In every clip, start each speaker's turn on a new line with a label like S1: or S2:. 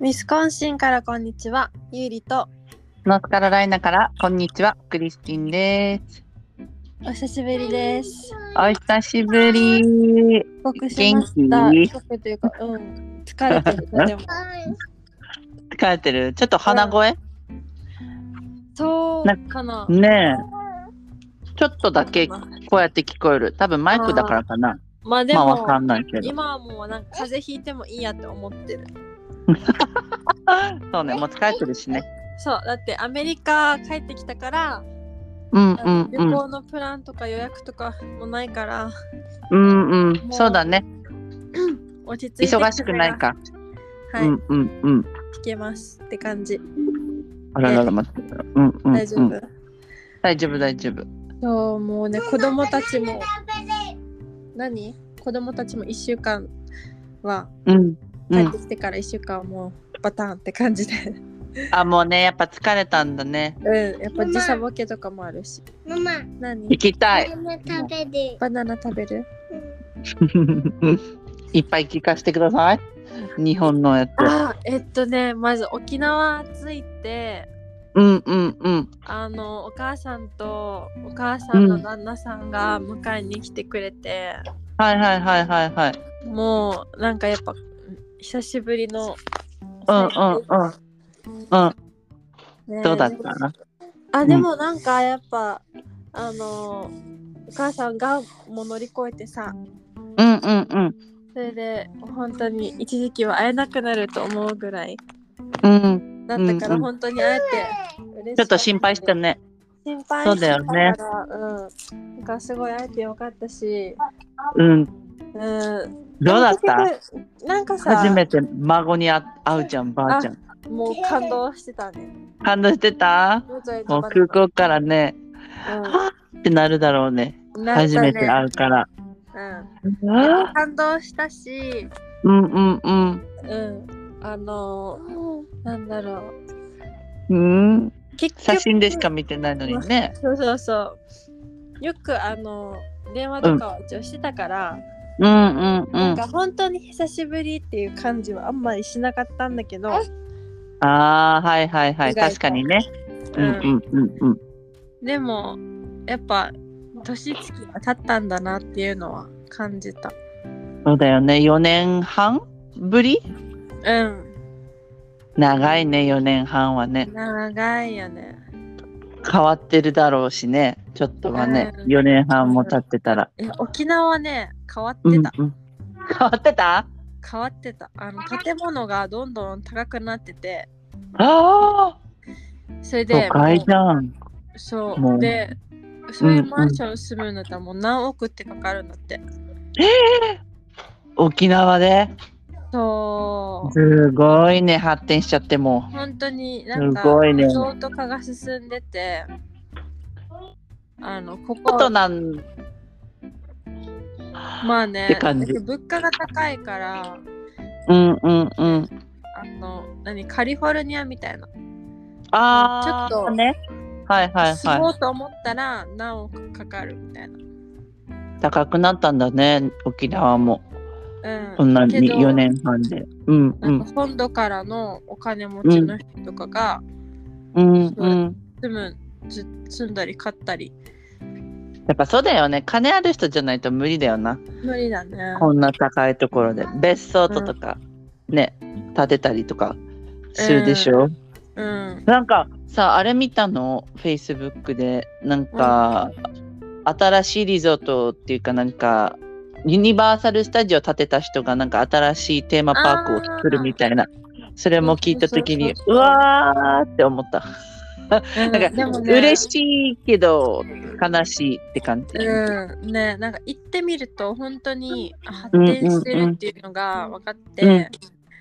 S1: ウィスコンシンからこんにちは、ゆうりと
S2: ノースカロライナから、こんにちは、クリスティンです。
S1: お久しぶりです。
S2: お久しぶり。
S1: 帰国しました。
S2: 元気
S1: 帰国というか、うん、疲れてるとで も。
S2: 疲れてるちょっと鼻声、
S1: そうかな。
S2: ねえ。ちょっとだけこうやって聞こえる。多分マイクだからかな。
S1: まあで
S2: まあ
S1: も、
S2: わかんないけど。
S1: 今はもうなんか風邪ひいてもいいやって思ってる。
S2: そうね、もう疲れてるしね。
S1: そう、だってアメリカ帰ってきたから、
S2: うん
S1: あ
S2: う
S1: の
S2: んう
S1: 旅
S2: ん。
S1: 行のプランとか予約とかもないから、
S2: うんうん。
S1: もう
S2: そうだね。
S1: 落ち着いて
S2: 忙しくないか。、
S1: 風が。はいう
S2: んうんうん。
S1: 聞けますって感じ。
S2: あららら、待って。うんうん、うん。
S1: 大丈夫。
S2: 大丈夫、大丈夫。
S1: そう、もうね、子供たちも。何子供たちも1週間は
S2: うん。う
S1: 帰っ
S2: ん
S1: て、きてから1週間はもうバタンって感じ で
S2: あもうねやっぱ疲れたんだね
S1: うんやっぱ時差ボケとかもあるし
S3: ママ、
S1: 何
S2: 行きたい
S3: ママ食べる。
S1: バナナ食べる
S2: いっぱい聞かせてください日本のやつ
S1: あーえっとねまず沖縄着いて
S2: うんうんうん
S1: あのお母さんとお母さんの旦那さんが迎えに来てくれて、
S2: はいはいはいはいはい
S1: もうなんかやっぱ久しぶりの
S2: うんうんうん
S1: ね
S2: どうだった
S1: あでもなんかやっぱ、あのお母さんがもう乗り越えてさ
S2: うんうんうん
S1: それで本当に一時期は会えなくなると思うぐらい
S2: うん
S1: だったか
S2: うんう
S1: ら
S2: ん
S1: 本当に会えて嬉しか
S2: ちょっと心配した
S1: ね
S2: ね
S1: 心配
S2: そうだよ
S1: し
S2: ね
S1: てたからうんなんかすごい会えてよかったし
S2: うん
S1: うん
S2: どうだ
S1: な
S2: っ
S1: ん
S2: た
S1: か結局なんかさ
S2: 初めて孫に会会うじゃんばあちゃん
S1: もう感動してたね
S2: 感動してた
S1: もうちょい
S2: も
S1: の
S2: う
S1: 場で
S2: 空港からねはぁってなるだろうね
S1: うんなったね
S2: 初めて会うから
S1: うん
S2: うん
S1: 感動したし
S2: うんうん
S1: うんあのなんだろう
S2: うん
S1: 結局
S2: 写真でしか見てないのにね
S1: そうそうそうよくあの電話とかは一応してたから、
S2: うんうんう
S1: なん
S2: ん
S1: か本当に久しぶりっていう感じはあんまりしなかったんだけど、
S2: ああ、はいはいはい、
S1: 意外と
S2: 確かにね。
S1: う
S2: うんんうんうんうん。
S1: でもやっぱ年月が経ったんだなっていうのは感じた
S2: そうだよね、4年半ぶり
S1: うん
S2: 長いね、4年半はね。
S1: 長いよね
S2: 変わってるだろうしね、ちょっとはね、
S1: うん
S2: 4年半も経ってたら。
S1: いや沖縄はね変わってた、
S2: うんうん、変わってた
S1: 変わってたあの建物がどんどん高くなってて
S2: ああ、
S1: それで
S2: 都会じゃん。
S1: そう
S2: もう
S1: でそういううんマンション住むんだったらもう何億ってかかるんだって、
S2: 沖縄で。
S1: そう
S2: すごいね、発展しちゃっても
S1: 本当になんか
S2: すごいね
S1: リゾート化が進んでてあのこ
S2: う。こと
S1: こ
S2: なん
S1: まあね
S2: って感じ
S1: だって物価が高いから
S2: うんうんうん。
S1: あの何カリフォルニアみたいな
S2: ああ、
S1: ちょっと
S2: ね。はいはい
S1: 住も
S2: は
S1: うと思ったら何億かかるみたいな、
S2: い。高くなったんだね、沖縄も。
S1: うん、
S2: こんなに
S1: けど
S2: 4年半で。うんう
S1: なん
S2: ん
S1: か。本土からのお金持ちの人とかが
S2: うん
S1: そう
S2: うん、
S1: 住む、ず住んだり買ったり
S2: やっぱそうだよね金ある人じゃないと無理だよな
S1: 無理だね
S2: こんな高いところで別荘とか、ね建てたりとかするでしょ、
S1: うん
S2: なんかさあれ見たのフェイスブックでなんか、新しいリゾートっていうかなんかユニバーサル・スタジオ建てた人がなんか新しいテーマパークを作るみたいなそれも聞いた時に
S1: そうそう
S2: う
S1: そう
S2: わーって思ったな
S1: なん
S2: か、嬉しいけど悲しいって感じ。
S1: うん、ねなんか行ってみると本当にあ発展してるっていうのが分かって、
S2: うん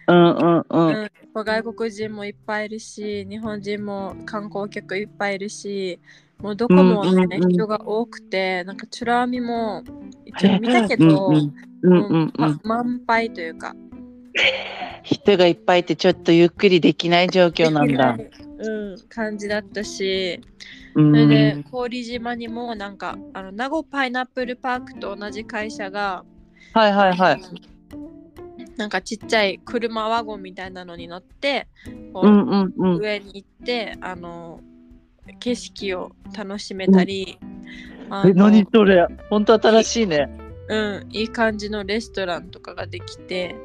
S2: うんうんうん。
S1: うん外国人もいっぱいいるし日本人も観光客いっぱいいるしもうどこも、ね
S2: うんうんうん
S1: 人が多くてなんかチュラミも一応見たけど、
S2: うんうんうんうんう
S1: ま
S2: ん、
S1: 満杯というか
S2: 人がいっぱいいてちょっとゆっくりできない状況なんだ。
S1: うん、感じだったし
S2: う
S1: そ
S2: ん
S1: れ
S2: う
S1: で
S2: ん
S1: 郡島にもなんかあの名護パイナップルパークと同じ会社が
S2: はいはいはい。
S1: なんかちっちゃい車ワゴンみたいなのに乗ってこ
S2: う
S1: うん
S2: うんうん。
S1: 上に行って、あの景色を楽しめたり、あの
S2: え、何それ本当新しいね。
S1: うん、いい感じのレストランとかができて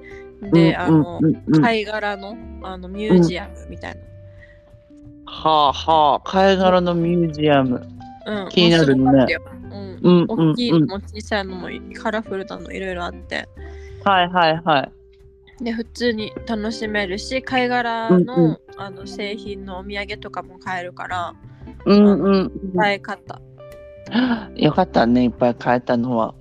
S2: うんう
S1: で、あの
S2: んうんうん。は
S1: 貝殻のあのミュージアムみたい
S2: あはあ、貝殻のミュージアム。
S1: な、うん
S2: 気になるね
S1: 面白かったよう
S2: うんんうん
S1: 大きいの
S2: うん。
S1: も小さいのもカラフルなのいろいろあって
S2: はいはいはい。
S1: で普通に楽しめるし貝殻の,、
S2: うんうん
S1: あの製品のお土産とかも買えるから
S2: うんうん
S1: いっぱい買った、
S2: うん。よかったね、いっぱい買えたのは。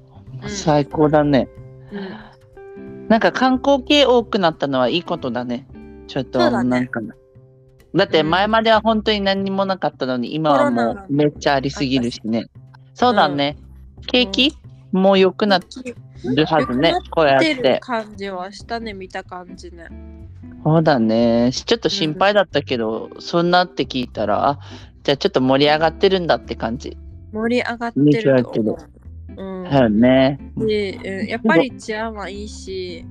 S1: うん
S2: 最高だね。
S1: うん
S2: なんか観光系多くなったのはいいことだね。ちょっと、
S1: そうだね
S2: なんかな。だって前までは本当に何にもなかったのに、今はも
S1: コロナが
S2: うめっちゃありすぎるしね。そうだね。景気、もう良くなっ
S1: き
S2: るはずね
S1: 良くなっ。
S2: こうやっ
S1: 出る
S2: て。
S1: 感じはしたね見た感じね
S2: そうだね。ちょっと心配だったけど、そんなって聞いたら、あ、じゃあちょっと盛り上がってるんだって感じ。
S1: 盛り上がってると思う、うん
S2: だよね。
S1: でうんやっぱり治安はいいし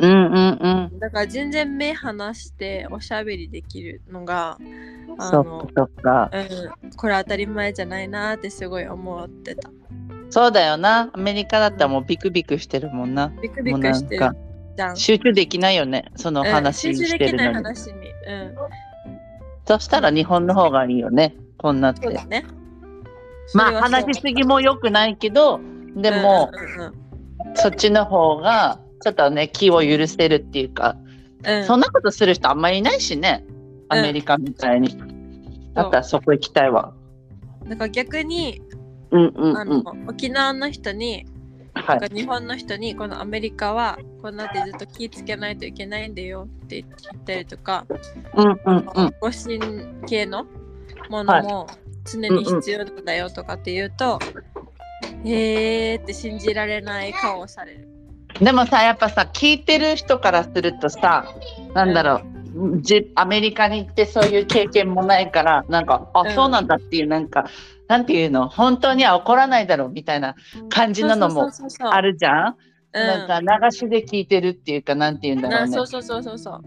S2: うんうんうん。
S1: だから全然目離しておしゃべりできるのがあ
S2: そっ
S1: の、
S2: かそっか。
S1: うん、これ当たり前じゃないなーってすごい思ってた
S2: そうだよな。アメリカだったらもうビクビクしてるもんな。
S1: ビクビ
S2: もう
S1: ク
S2: な
S1: し
S2: ん
S1: て
S2: か
S1: る。じゃん
S2: 集中できないよね。その話
S1: うん、集
S2: し
S1: 中
S2: て
S1: でき
S2: る
S1: ない
S2: のに。
S1: 話に、うん、
S2: そしたら日本の方がいいよね。こんなっ
S1: そう
S2: て
S1: だ。ね
S2: まあ話しすぎも良くないけど、で
S1: で
S2: も、そっちの方がちょっとね、気を許せるっていうか、そんなことする人あんまりいないしね。
S1: うん
S2: アメリカみたいに。だったらそこ行きたいわ。
S1: だから逆に
S2: うんうん
S1: あ
S2: う
S1: の
S2: ん。、
S1: 沖縄の人にな
S2: は
S1: ん
S2: い。
S1: か日本の人にこのアメリカはこんなってずっと気ぃつけないといけないんだよって言ったりとか、
S2: うんうんうん。
S1: 護身系のものも常に必要なんだよとかって言うと、えーって信じられない顔をされる。
S2: でもさやっぱさ聞いてる人からするとさなんだろうじアメリカに行ってそういう経験もないからなんかあ、
S1: うん
S2: そうなんだっていうなんかなんていうの本当には怒らないだろうみたいな感じなのも
S1: そうそうそうそう
S2: あるじゃ
S1: う
S2: ん
S1: ん
S2: なんか流しで聞いてるっていうかなんていうんだろう
S1: な
S2: ね
S1: そうそうそうそうそう。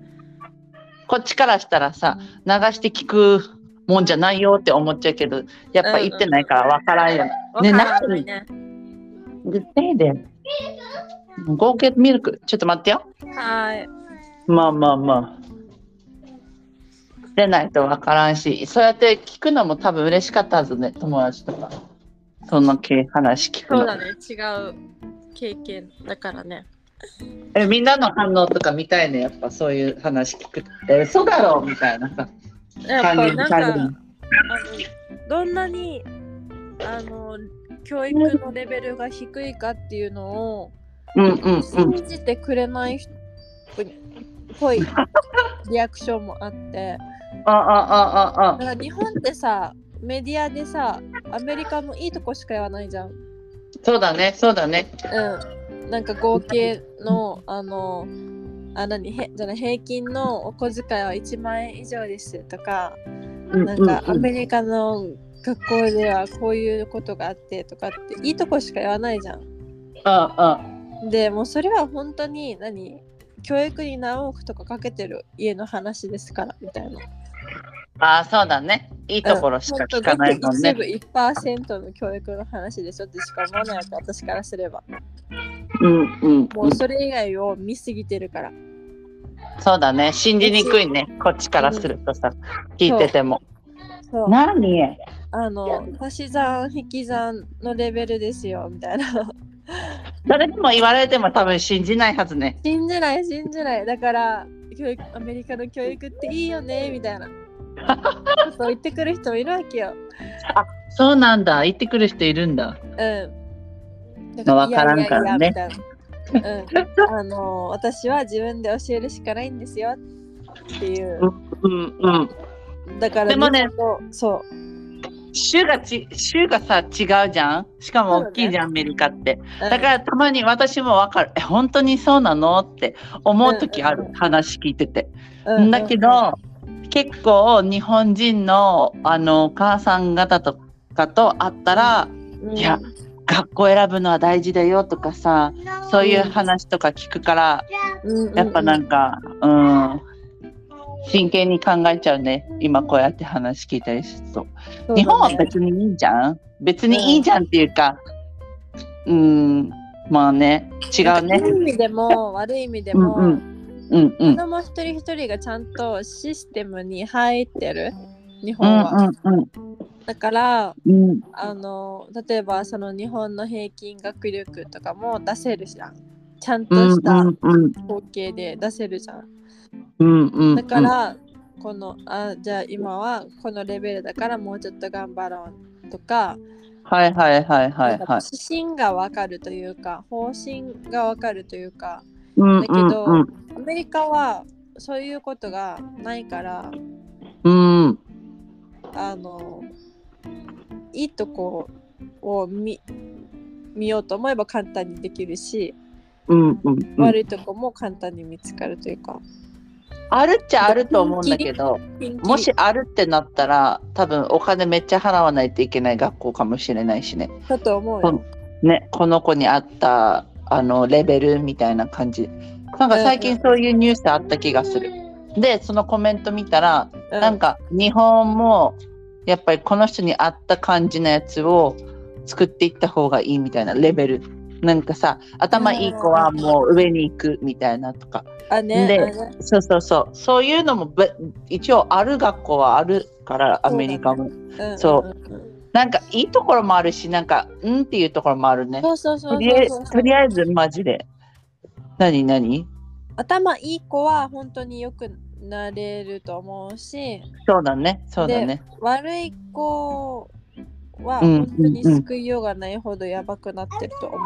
S2: こっちからしたらさ流して聞くもんじゃないよって思っちゃうけどやっぱ行ってないからわからんよ。ね
S1: わからないね。
S2: でで合計ミルクちょっと待ってよ。
S1: はい。
S2: まあまあまあ。出ないとわからんし、そうやって聞くのも多分嬉しかったはずね、友達とか。そんなけ話聞く
S1: そう
S2: の。
S1: だね。違う経験だからね。
S2: え、みんなの反応とか見たいね、やっぱそういう話聞く。え、嘘だろみたいなさ。
S1: やっぱなん
S2: 感じ
S1: かあのどんなにあの教育のレベルが低いかっていうのを
S2: うんうんうん。
S1: 信じてくれない人っぽいリアクションもあって
S2: ああああ
S1: だ
S2: あ
S1: から日本ってさメディアでさアメリカのいいとこしか言わないじゃん。
S2: そうだね、そうだね。
S1: うん、なんか合計のあのあ何へじゃない平均のお小遣いは1万円以上ですとか
S2: うん
S1: な
S2: うん
S1: かア
S2: んうん
S1: メリカの学校ではこういうことがあってとかっていいとこしか言わないじゃん。
S2: ああ
S1: でもうそれは本当に何教育に何億とかかけてる家の話ですからみたいな。
S2: ああ、そうだね。いいところしか聞かないもんね。
S1: うん本当ごく一部1%の教育の話でしょってしか思わないわけ私からすれば。
S2: うんうん
S1: も
S2: うん
S1: う。それ以外を見すぎてるから。
S2: そうだね。信じにくいね。こっちからするとさ、聞いてても。
S1: そう
S2: 何
S1: あの足し算引き算のレベルですよみたいな
S2: 誰にも言われても多分信じないはずね。
S1: 信じない信じないだから教育アメリカの教育っていいよねみたいなことを言ってくる人もいるわけよ
S2: そうなんだ。言ってくる人いるんだ。
S1: うんだ
S2: まあわからんからね
S1: いやいやいやみたいな、うん、あの私は自分で教えるしかないんですよっていう
S2: うんうん。
S1: だから
S2: でも
S1: 日
S2: ね
S1: 本のそ
S2: 州がち州がさ違うじゃん。しかも大きいじゃん、アメリカって。
S1: う
S2: だからたまに私もわかる。え本当にそうなのって思う時あ
S1: うんう
S2: る
S1: ん。
S2: 話聞いてて。
S1: ら、うん
S2: だけど結構日本人のあのお母さん方とかと会ったら。
S1: うん
S2: いや学校選ぶのは大事だよとかさそういう話とか聞くから、やっぱなんんかうん真剣に考えちゃうね今こうやって話聞いたりすると。日本は別にいいじゃん別にいいじゃんっていうかうんまあね違うね
S1: いい意味でも悪い意味で
S2: うん
S1: も、
S2: うんうんう
S1: 子
S2: ん
S1: 供一人一人がちゃんとシステムに入ってる日
S2: う
S1: 本は、
S2: んうん
S1: だから
S2: うんうん
S1: あの例えばその日本の平均学力とかも出せるじゃんちゃんと
S2: うんう
S1: した
S2: んうん
S1: 統計で出せるじゃん
S2: うんうん
S1: だからこのあじゃあ今はこのレベルだからもうちょっと頑張ろうとか,、
S2: はいはいはいはいはい
S1: 指針がわかるというか方針がわかるというか
S2: うん
S1: だけどアメリカはそういうことがないから
S2: うんうん
S1: あのいいとこを見見ようと思えば簡単にできるし、
S2: うんうんうん
S1: 悪いとこも簡単に見つかるというか。
S2: あるっちゃあると思うんだけどもしあるってなったら多分お金めっちゃ払わないといけない学校かもしれないしね
S1: だと思う
S2: こ
S1: よ。
S2: のね、この子に合ったあのレベルみたいな感じなんか最近そういうニュースあった気がするでそのコメント見たら
S1: う
S2: なんか日本もやっぱりこの人に合った感じのやつを作っていった方がいいみたいなレベルなんかさ頭いい子はもう上に行くみたいなとか
S1: あね
S2: で
S1: あね
S2: そうそうそうそういうのもべ一応ある学校はあるからアメリカ
S1: う
S2: も、
S1: ん
S2: そ
S1: うんうん
S2: なんかいいところもあるしなんかうんっていうところもあるね
S1: そうそうそ
S2: と
S1: う
S2: りあえ
S1: そうそう
S2: ず、とりあえず、マジで。何何
S1: 頭いい子は本当によくなれると思うし
S2: そうだね、そうだね。
S1: 悪い子は
S2: うん
S1: 本当に救いようがないほどやばくなってると思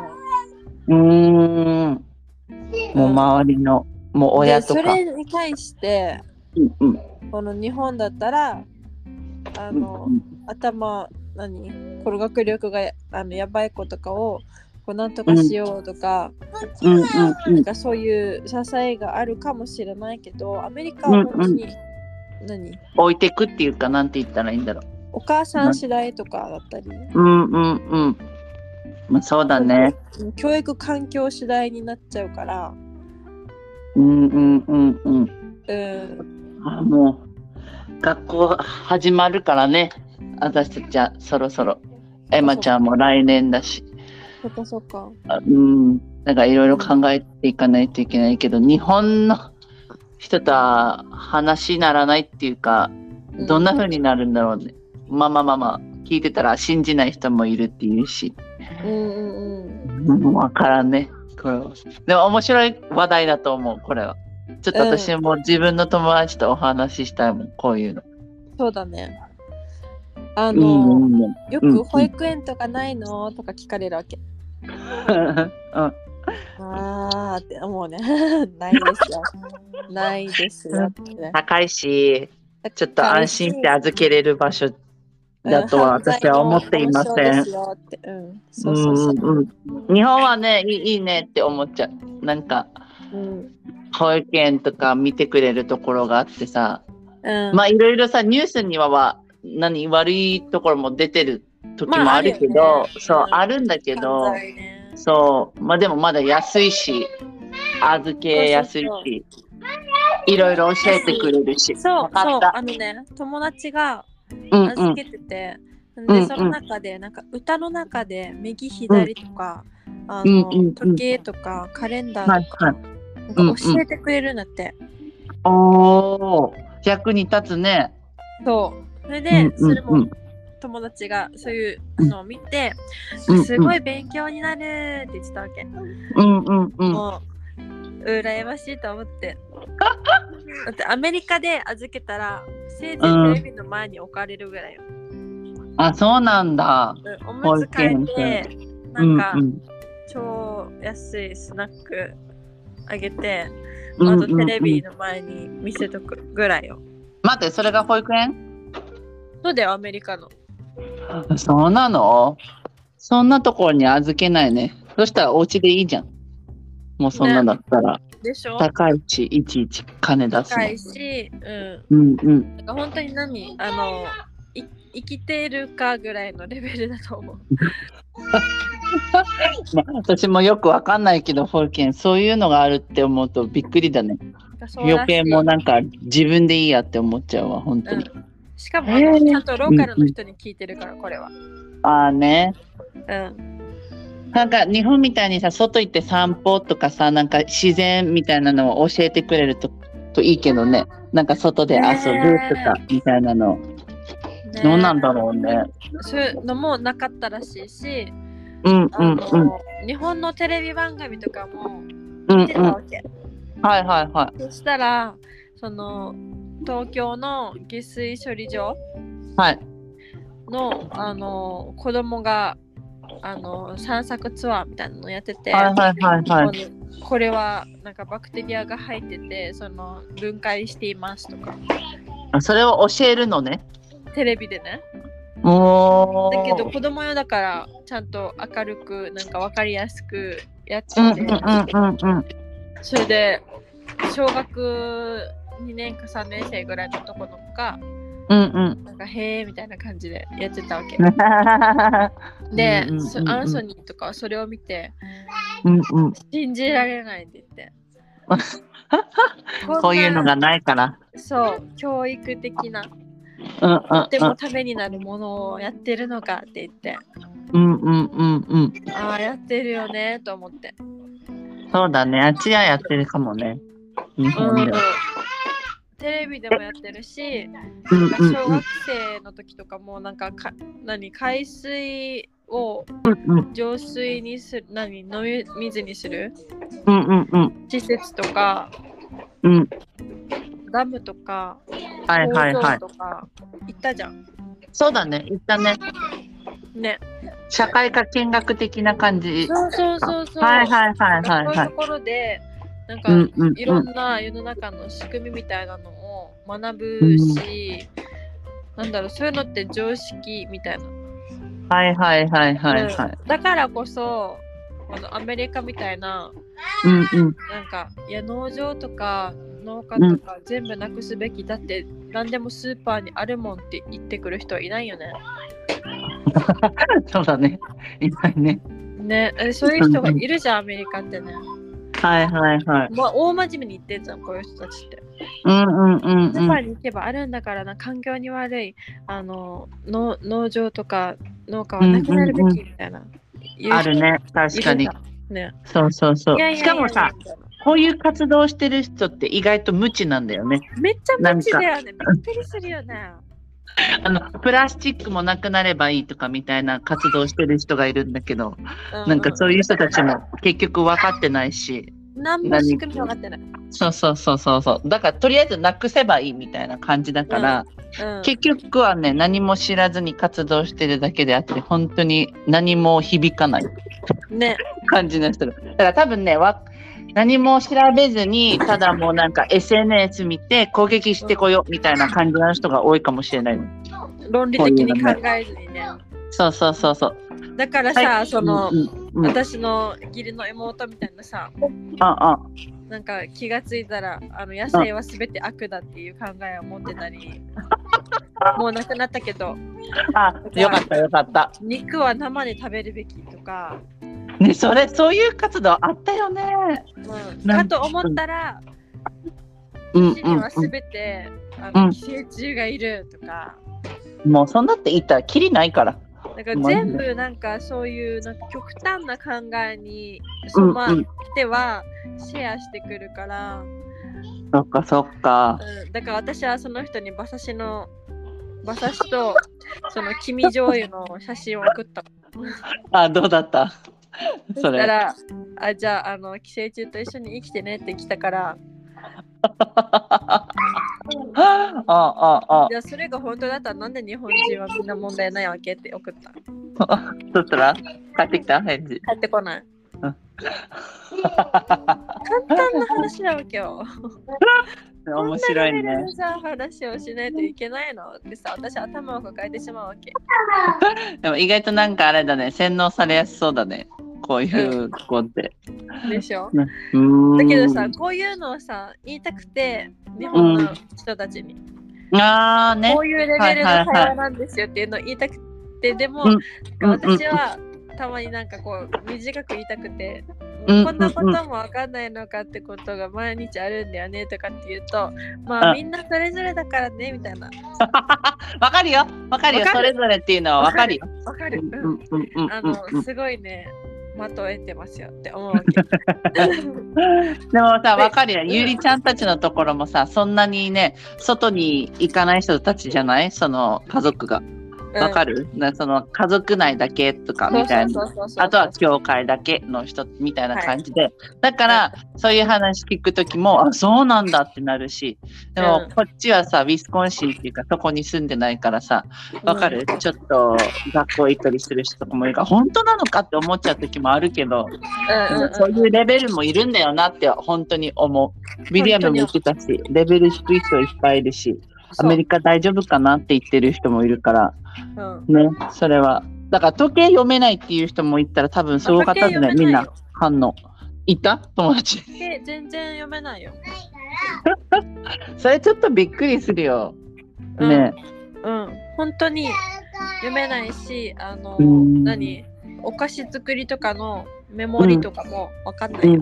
S1: う。
S2: うーん。もう周りの、もう親とか。
S1: でそれに対して
S2: うんうん
S1: この日本だったらあの、
S2: うん
S1: 頭何この学力があのやばい子とかをこうなんとかしようとか,、
S2: うんうん
S1: なんかそういう支えがあるかもしれないけどアメリカは本当に、何
S2: 置いてくっていうか、なんて言ったらいいんだろ
S1: お母さん次第とかだったり、
S2: う。うんうんうん。まあ、そうだね。
S1: うん教育環境次第になっちゃうから、
S2: うんうんうんうん。
S1: うん、
S2: あもう、学校始まるからね。私たちはそろそろ。エマちゃんも来年だし。
S1: そっかそっか。
S2: うん、なんかいろいろ考えていかないといけないけど、日本の人とは話にならないっていうか、どんな風になるんだろうね。まあまあまあまあ、聞いてたら信じない人もいるっていうし、
S1: うんうんうん。
S2: うんわからんね。これは。でも面白い話題だと思う、これは。ちょっと私も自分の友達とお話ししたいもん、こういうの。
S1: そうだね。あ
S2: うん
S1: の、
S2: うんうん。
S1: よ
S2: うんうん
S1: く保育園とかないのとか聞かれるわけ。
S2: うん
S1: あーって思うね。 ないですよ。ないですよってね。
S2: 高いし、 ちょっと安心して預けれる場所だとは
S1: うん
S2: 私は思っていません
S1: 犯罪の温床ですよってうん、そううそうそう。
S2: んうんうん日本はねいいいいねって思っちゃうなんか
S1: うん。
S2: 保育園とか見てくれるところがあってさ
S1: うん。
S2: まあいろいろさニュースにはは何悪いところも出てる時も
S1: まあ
S2: あるけど、
S1: あるよね
S2: そう
S1: うん
S2: あるんだけど
S1: 犯罪ね
S2: そうまあでもまだ安いし預けやすい
S1: そう
S2: しいろいろ教えてくれるし
S1: そう
S2: わ、か
S1: そう
S2: っ、た
S1: あのね、友達が
S2: うんう
S1: 預
S2: ん
S1: けてて、
S2: うんう
S1: で、
S2: ん
S1: その中で、なんか歌の中で、右左とか、あ
S2: うんうんう
S1: の、
S2: ん
S1: 時計とか、カレンダ
S2: は
S1: ー
S2: い
S1: と
S2: は
S1: か
S2: い、
S1: なんか教えてくれるんだって。
S2: おー役に立つね
S1: そう。それ
S2: うん
S1: で、それ
S2: うんう
S1: も
S2: ん
S1: 友達がそういうのを見て、
S2: うん
S1: すごい勉強になるって言ってたわけ。
S2: うんうんうん
S1: もう、羨ましいと思 って。だってアメリカで預けたら、せいぜいテレビの前に置かれるぐらいよ。
S2: あそうなんだ
S1: うんおむつ替えて、なんか
S2: う、ん
S1: 超安いスナックあげて、
S2: うん、
S1: あとテレ
S2: うんう
S1: ビ
S2: ん
S1: の前に見せとくぐらいよ。
S2: 待ってそれが保育園
S1: そうだよ、アメリカの。
S2: そうなのそんなところに預けないねそしたらお家でいいじゃんもうそんなだったら、
S1: でしょ
S2: 高いしいちいち金出すの
S1: 高いし、うん。
S2: うんうん
S1: なんか本当に何あのい生きてるかぐらいのレベルだと思う。
S2: まあ私もよくわかんないけど、フォルケン、そういうのがあるって思うとびっくりだね。余計もうなんか自分でいいやって思っちゃうわ、本当に。
S1: しかもあの、
S2: えー
S1: ちゃんとローカルの人に聞いてるから、これは。
S2: ああね。
S1: うん。
S2: なんか日本みたいにさ、外行って散歩とかさ、なんか自然みたいなのを教えてくれるとといいけどね。なんか外で遊ぶとかみたいなの。
S1: ね
S2: どうなんだろうね。
S1: そういうのもなかったらしいし、
S2: うん
S1: あ
S2: うん
S1: の
S2: うん。
S1: 日本のテレビ番組とかも
S2: うんう
S1: 見てた
S2: ん。
S1: わけ。
S2: はいはいは
S1: そしたら、その東京の下水処理場
S2: い。はい。
S1: のあの子供があの散策ツアーみたいなのやってて、
S2: はいはいはいはい。
S1: このこれはなんかバクテリアが入っててその分解していますとか
S2: あそれを教えるのね。
S1: テレビでね
S2: お
S1: だ
S2: ー
S1: けど子供用だからちゃんと明るくなんか分かりやすくやっ
S2: う
S1: て
S2: んうん
S1: て、
S2: うんうんうん。
S1: それで小学2年か3年生ぐらいの男の子が
S2: うんうん。
S1: なんかへえみたいな感じでやってたわけで、
S2: で
S1: そアンソニーとかはそれを見て
S2: うんうん。
S1: 信じられないって 言って
S2: こういうの
S1: こんな
S2: がないから。
S1: そう教育的な
S2: うんうん
S1: でもためになるものをやってるのかって言って
S2: うんうんうんうん。
S1: ああやってるよねと思って、
S2: そうだね。あっちはやってるかもね。日
S1: う
S2: 本
S1: ん
S2: では。、
S1: テレビでもやってるし
S2: うん
S1: なんか
S2: うん
S1: 小学生の時とかもなんかか何海水を
S2: うんうん
S1: 浄水にする何飲み水にする
S2: うんうんうん
S1: 施設とか
S2: うん。
S1: ダムとか
S2: はい
S1: 工
S2: はいはい。
S1: 場とか行ったじゃん、
S2: そうだね。言ったね。
S1: ね
S2: 社会科見学的な感じ。
S1: そうそうそうそう、
S2: はいはいはいはい
S1: そうい
S2: は
S1: う
S2: い
S1: と。ころでなんか、
S2: うんうん
S1: いうろん
S2: ん。
S1: な世の中の仕組みみたいなのを学ぶし、なんだろうそういうのって常識みたいな、
S2: はいはいはいはい
S1: うん
S2: はい。
S1: だからこそあのアメリカみたいな
S2: うんうん。
S1: なんかいや農場とか農家とか全部なくすべき、だって何でもスーパーにあるもんって言ってくる人はいないよね。
S2: そうだね。いないね。
S1: ねえそういう人がいるじゃんアメリカってね。
S2: はいはいはい。
S1: まあ、大真面目に言ってんじゃんこういう人たちって。
S2: うんうんうん
S1: ス
S2: う
S1: ー
S2: ん
S1: パ。ーに行けばあるんだからな、環境に悪いあのの農場とか農家はなくなるべきみたいな。言う人
S2: あるね。確か
S1: いる
S2: に
S1: じゃ。んね、
S2: そうそうそう。しかもさ、、こういう活動してる人って意外と無知なんだよね。
S1: めっちゃ無知だよね。びっくりするよね。
S2: あのプラスチックもなくなればいいとかみたいな活動してる人がいるんだけど、なんかそういう人たちも結局分かってないし、
S1: うん。何も仕組み分かってない。
S2: そうそうそうそうそう。だからとりあえずなくせばいいみたいな感じだから、
S1: うん
S2: 結局はね何も知らずに活動してるだけであって本当に何も響かない
S1: ね、
S2: 感じの人だから多分ねわ何も調べずにただもうなんか SNS 見て攻撃してこようみたいな感じの人が多いかもしれない
S1: 論理的に考えずにね。
S2: そうそうそうそう
S1: だからさ、その、
S2: うんうんうん、
S1: 私の義理の妹みたいなさ、
S2: ああ
S1: なんか気がついたらあの野生は全て悪だっていう考えを持ってた り、もうなくなったけど、
S2: あよかったよかった
S1: 肉は生で食べるべきとか、
S2: ねそれそういう活動あったよね
S1: うん、
S2: な
S1: か
S2: ん
S1: と思ったら、
S2: うん
S1: うちには
S2: う
S1: 全
S2: ん
S1: て、あ
S2: うん
S1: の寄生虫がいるとか、
S2: うんもうそんなって言ったらきりないから
S1: なんか全部なんかそういうなんか極端な考えに染まってはシェアしてくるから、
S2: そっかそっか
S1: うん、だから私はその人に馬刺しの馬刺しとその黄身醤油の写真を送ったの。
S2: あどうだった
S1: そ
S2: そ
S1: した
S2: れ
S1: らあじゃああの寄生虫と一緒に生きてねって来たから
S2: ああああ
S1: じゃあそれが本当だったらなんで日本人はみんな問題ないわけって送った。帰
S2: そしたら帰ってきた 返事
S1: ってこない。簡単な話なわけよ。
S2: 面白い
S1: こんなレベル
S2: ね
S1: のさ話をしないといけないのってさ私頭を抱えてしまうわけ。
S2: でも意外となんかあれだね洗脳されやすそうだねこういう子って
S1: でしょ
S2: うーん
S1: だけどさこういうのをさ言いたくて日本の人たちに。
S2: ああね
S1: こういうレベルの会話なんですよっていうのを言いたくて、でも、
S2: うん
S1: なんか私はたまになんかこう短く言いたくて、
S2: うん
S1: こんなこともわかんないのかってことが毎日あるんだよねとかって言うとま
S2: う
S1: あ
S2: ん
S1: みんなそれぞれだからねみたいな
S2: わかるよ。わかるよ。
S1: わか
S2: そ
S1: る
S2: れぞれっていうのはわかるよ。
S1: わかる、
S2: う
S1: うんん
S2: うんうんうん
S1: あ
S2: う
S1: の
S2: ん
S1: すごいねまとえてますよって思うわ け
S2: でもさ、
S1: で
S2: わかるよ。
S1: ん
S2: ゆりちゃんたちのところもさ、そんなにね、外に行かない人たちじゃないその家族が。わか
S1: る
S2: る、なその家族内だけとかみたいな。あとは教会だけの人みたいな感じで、だからそういう話聞く時もあそうなんだってなるしでも
S1: うん
S2: こっちはさウィスコンシンっていうかそこに住んでないからさわかる、ちょっと学校行ったりする人とかもいるから本当なのかって思っちゃう時もあるけど、
S1: うんうん
S2: そういうレベルもいるんだよなって本当に思うウィリアムも言ってたしレベル低い人いっぱいいるしアメリカ大丈夫かなって言ってる人もいるから。
S1: カ、うん
S2: ね、それは。だから時計読めないっていう人もいたら多分すごかったんじゃない
S1: 時計読め
S2: みん
S1: ない
S2: な
S1: よ
S2: 反応。いた友達。
S1: で全然読めないよ、
S2: それちょっとびっくりするよ。
S1: うん、
S2: ね。
S1: うん本当に読めないしあの
S2: うん
S1: 何お菓子作りとかのメモリとかもわかんないよ、
S2: うん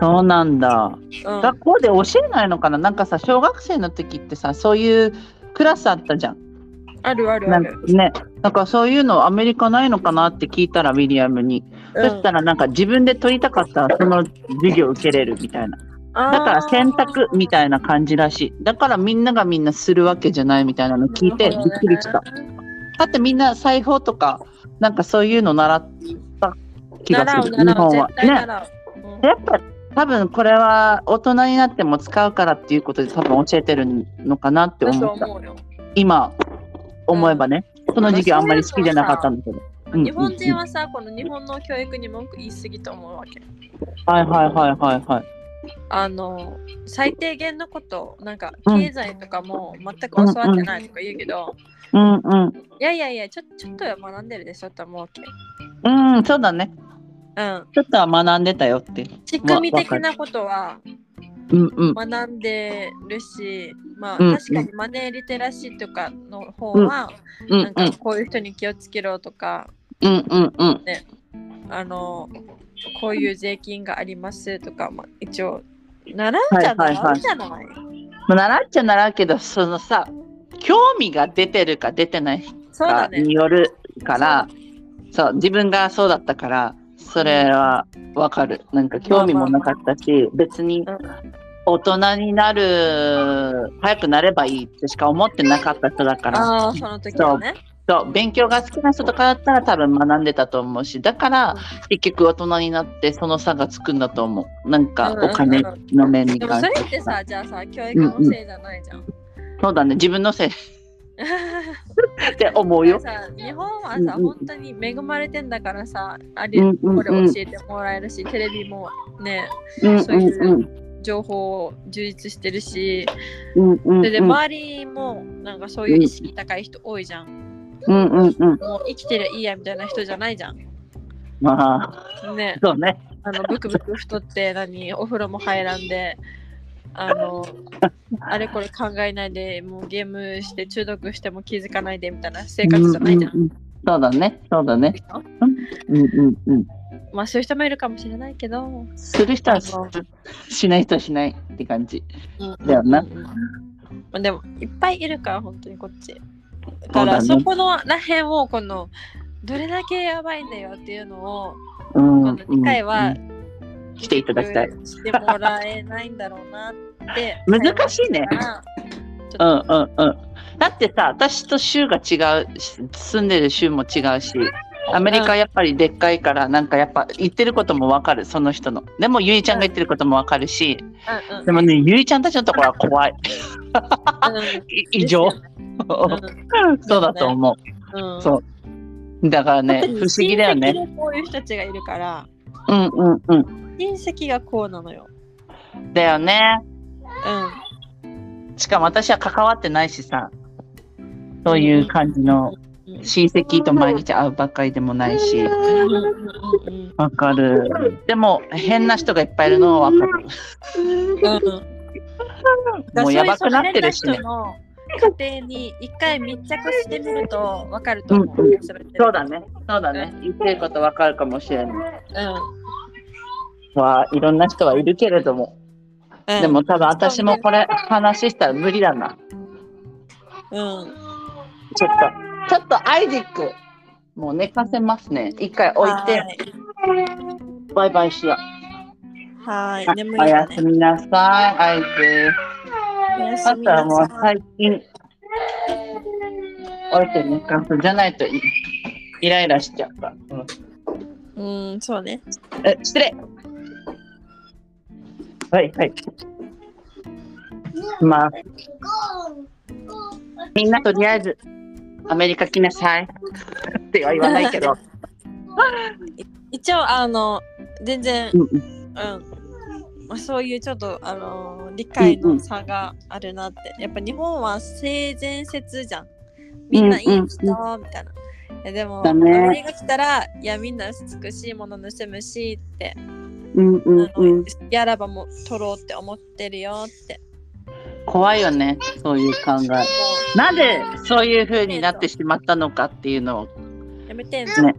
S2: そうなんだ。
S1: うん
S2: 学校で教えないのかななんかさ、小学生の時ってさ、そういうクラスあったじゃん。
S1: あるある
S2: な
S1: あ
S2: ん
S1: る
S2: か。ね。なんかそういうのアメリカないのかなって聞いたら、ウィリアムに。
S1: うん
S2: そしたらなんか自分で取りたかったらその授業受けれるみたいな。
S1: あー
S2: だから選択みたいな感じらしい。だからみんながみんなするわけじゃないみたいなの聞いてびっくりした。。だってみんな裁縫とか、なんかそういうの習った気
S1: な
S2: が
S1: る
S2: す
S1: ほ
S2: る。
S1: どね
S2: 日
S1: 習う
S2: 本
S1: 習
S2: は
S1: う。絶対
S2: ね。
S1: 習う。うん
S2: やっぱ多分これは大人になっても使うからっていうことで多分教えてるのかなって
S1: だと
S2: 思った。
S1: 思うよ。
S2: 今思えばね、その時期あんまり好きじゃなかったんだけど。うん
S1: 日本人はさ、この日本の教育に文句言いすぎと思うわけ。
S2: はいはいはいはいはい。
S1: あの最低限のことなんか
S2: うん
S1: 経済とかも全く教わってないとか言うけど、
S2: うんうん。
S1: いやいやいやちょちょっとは学んでるでしょと思うわけ。
S2: うん、そうだね。
S1: うん。
S2: ちょっとは学んでたよって。
S1: 仕組み的なことは
S2: うんうん。
S1: 学んでるし、まあ
S2: うん
S1: 確かにマネーリテラシーとかの方は、
S2: うんう
S1: なんん。かこういう人に気をつけろとか、
S2: うんうんうん。
S1: あのこういう税金がありますとか、まあ、一応習うじゃ
S2: は
S1: な
S2: い
S1: い,、
S2: はいはい
S1: じゃない
S2: まあ習っちゃ習うけど、そのさ、興味が出てるか出てない
S1: そうだ
S2: か
S1: ね
S2: によるから、そう,、自分がそうだったから、それはわかる。なんか興味もなかったし、別に
S1: うん
S2: 大人になる、早くなればいいってしか思ってなかった人だから、
S1: ああその時はね
S2: そう勉強が好きな人とかだったら多分学んでたと思うし、だから
S1: うん
S2: 結局大人になってその差がつくんだと思う。なんか
S1: うんうんうん
S2: お金の面に
S1: でも
S2: 関
S1: そ
S2: して。
S1: れってさじゃあさ教育のせいじゃないじゃん、
S2: そうだね、自分のせいって思うよ。
S1: だからさ日本はさ
S2: うんうん
S1: 本当に恵まれてんだからさあれ、
S2: うんうん
S1: これ
S2: うん
S1: 教えてもらえるしテレビもね
S2: うん
S1: そういう
S2: うん
S1: 情報を充実してるし
S2: うんうん
S1: それで周りもなんかそういう意識高い人多いじゃん
S2: うんうんうん
S1: もう生きてりゃいいやみたいな人じゃないじゃん
S2: まあ
S1: ね
S2: そうね
S1: あのブクブク太って 何お風呂も入らんであのあれこれ考えないでもうゲームして中毒しても気づかないでみたいな生活じゃないじゃん。
S2: うんうんうんそうだねそうだねうんうんうん
S1: まあそういう人もいるかもしれないけど。
S2: する人はす
S1: あの
S2: るしない人はしないって感じだよな
S1: うんまあでもいっぱいいるから本当にこっち。だ
S2: そ
S1: か
S2: うだ
S1: ら
S2: ね
S1: そこのらへんをこのどれだけやばいんだよっていうのを
S2: うん
S1: この理解は
S2: うん来ていただきたい
S1: してもらえないんだろうなって。
S2: 難しい ね
S1: だから
S2: うんうんうんだってさ私と州が違うし住んでる州も違うしアメリカはやっぱりでっかいからなんかやっぱ言ってることもわかるその人のでもゆいちゃんが言ってることもわかるし
S1: うんうん
S2: でもねゆいちゃんたちのところは怖い
S1: うん
S2: い異常
S1: ですよねん
S2: そうだと思う
S1: うんうん
S2: そうだから ね、
S1: 特
S2: 不
S1: に
S2: 思議だよ
S1: 親
S2: ね。
S1: 戚でこういう人たちがいるから、
S2: うんうんうん。
S1: 親戚がこうなのよ。
S2: だよね。
S1: う
S2: しかも私は関わってないしさ、そういう感じの
S1: ん。 うん
S2: 親戚と毎日会うばっかりでもないし、
S1: うん
S2: わかる。でも、変な人がいっぱいいるのはわかる。
S1: うんうん
S2: もうやばくなってるし
S1: だ
S2: ね
S1: から。そういうその家庭に一回密着してみると分かると思う。
S2: うんうん
S1: それって
S2: そうだね。そうだね。言ってることわかるかもしれない。わあ、いろんな人はいるけれども。
S1: うん。
S2: でも多分私もこれ話したら無理だな。
S1: うん。
S2: ちょっと、ちょっとアイジック、もう寝かせますね。一回置いて、バイバイしよ
S1: はい。は
S2: う。
S1: い。眠い
S2: お
S1: よ
S2: や
S1: ね
S2: す。みなさい、アイジ。
S1: おや
S2: あ
S1: すみ
S2: と
S1: な
S2: はもう
S1: さい。
S2: 最近、置いて寝かすじゃないとイイライラしちゃうから。うん
S1: うん、そうね。
S2: え、失礼はいはい。まあ、みんなとりあえず、アメリカ来なさい。っては言わないけど。
S1: 一応、あの、全然、
S2: うん
S1: うん。まあ、そういうちょっと、あの理解の差があるなって。やっぱ日本は性善説じゃん。みんないい人、みたいな。いやでも、
S2: だね
S1: アメリカ来たら、いや、みんな美しいもの盗むしって、
S2: うんうん
S1: あ
S2: う
S1: の
S2: ん。
S1: やらばもう取ろうって思ってるよって。
S2: 怖いよね、そういう考え。なぜそういう風に
S1: に
S2: な
S1: な
S2: っ
S1: ってて
S2: しまったのかっていうのを。
S1: もうやめてんの、
S2: ね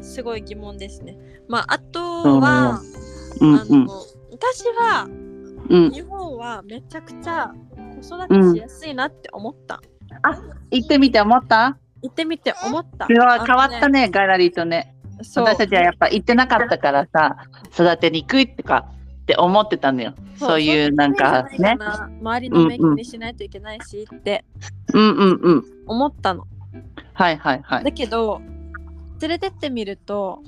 S1: すごい疑問ですね。まあ、あとは、
S2: うん
S1: あの、私は
S2: うん。
S1: 日本はめちゃくちゃ子育てしやすいなって思った。
S2: 行ってみて思った
S1: 行ってみて思った。
S2: すごい変わった
S1: ね。
S2: ね、ガラリーとね。
S1: そう
S2: 私たちはやっぱ行ってなかったからさ、育てにくいとかって思ってたのよ。そういうなんか
S1: そう
S2: ね。
S1: 周りの目にしないといけないしって
S2: うんうんうん。
S1: 思ったの。
S2: はいはいはい。
S1: だけど連れてってみると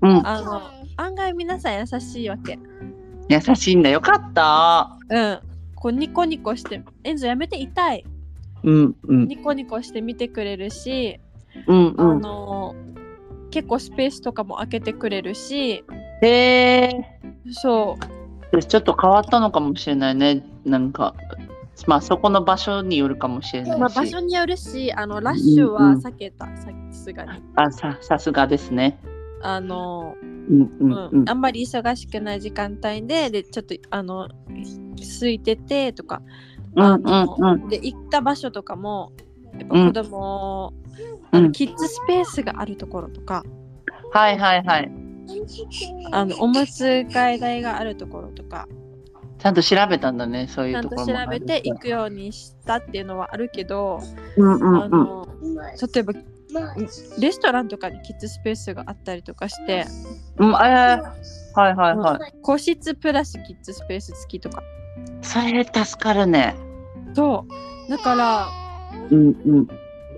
S2: うん。
S1: あの案外皆さん優しいわけ。
S2: 優しいんだ。よかった。
S1: うん。こうニコニコして「エンゾやめて痛い」
S2: うんうん
S1: ニコニコして見てくれるし、
S2: うん
S1: あ
S2: うん。
S1: の結構スペースとかも空けてくれるし
S2: へえ。
S1: そう
S2: ちょっと変わったのかもしれないね。なんか。まあそこの場所によるかもしれないし。
S1: まあ、場所によるしあのラッシュ
S2: うんう
S1: は
S2: ん
S1: 避けた、さすがに
S2: あささすがですね。
S1: あの、
S2: うんう
S1: うんん
S2: うん
S1: あ。んまり忙しくない時間帯ででちょっとあの空いててとか、
S2: うん
S1: あ
S2: うん
S1: の
S2: うん。
S1: で行った場所とかもやっぱ子供、
S2: うん
S1: あ
S2: うん
S1: のキッズスペースがあるところとか
S2: はいはいはい。
S1: あのおむつ替え台があるところとか
S2: ちゃんと調べたんだね。そうい
S1: ちゃ
S2: うんと
S1: と
S2: ころ
S1: 調
S2: もあ
S1: べ
S2: るし。
S1: て行くようにしたっていうのはあるけど、
S2: うんう
S1: あ
S2: んうん。
S1: の例えばレストランとかにキッズスペースがあったりとかして、
S2: うん、えーはいはいはい。
S1: 個室プラスキッズスペース付きとか
S2: それ助かるね。
S1: そうだから、
S2: うんうん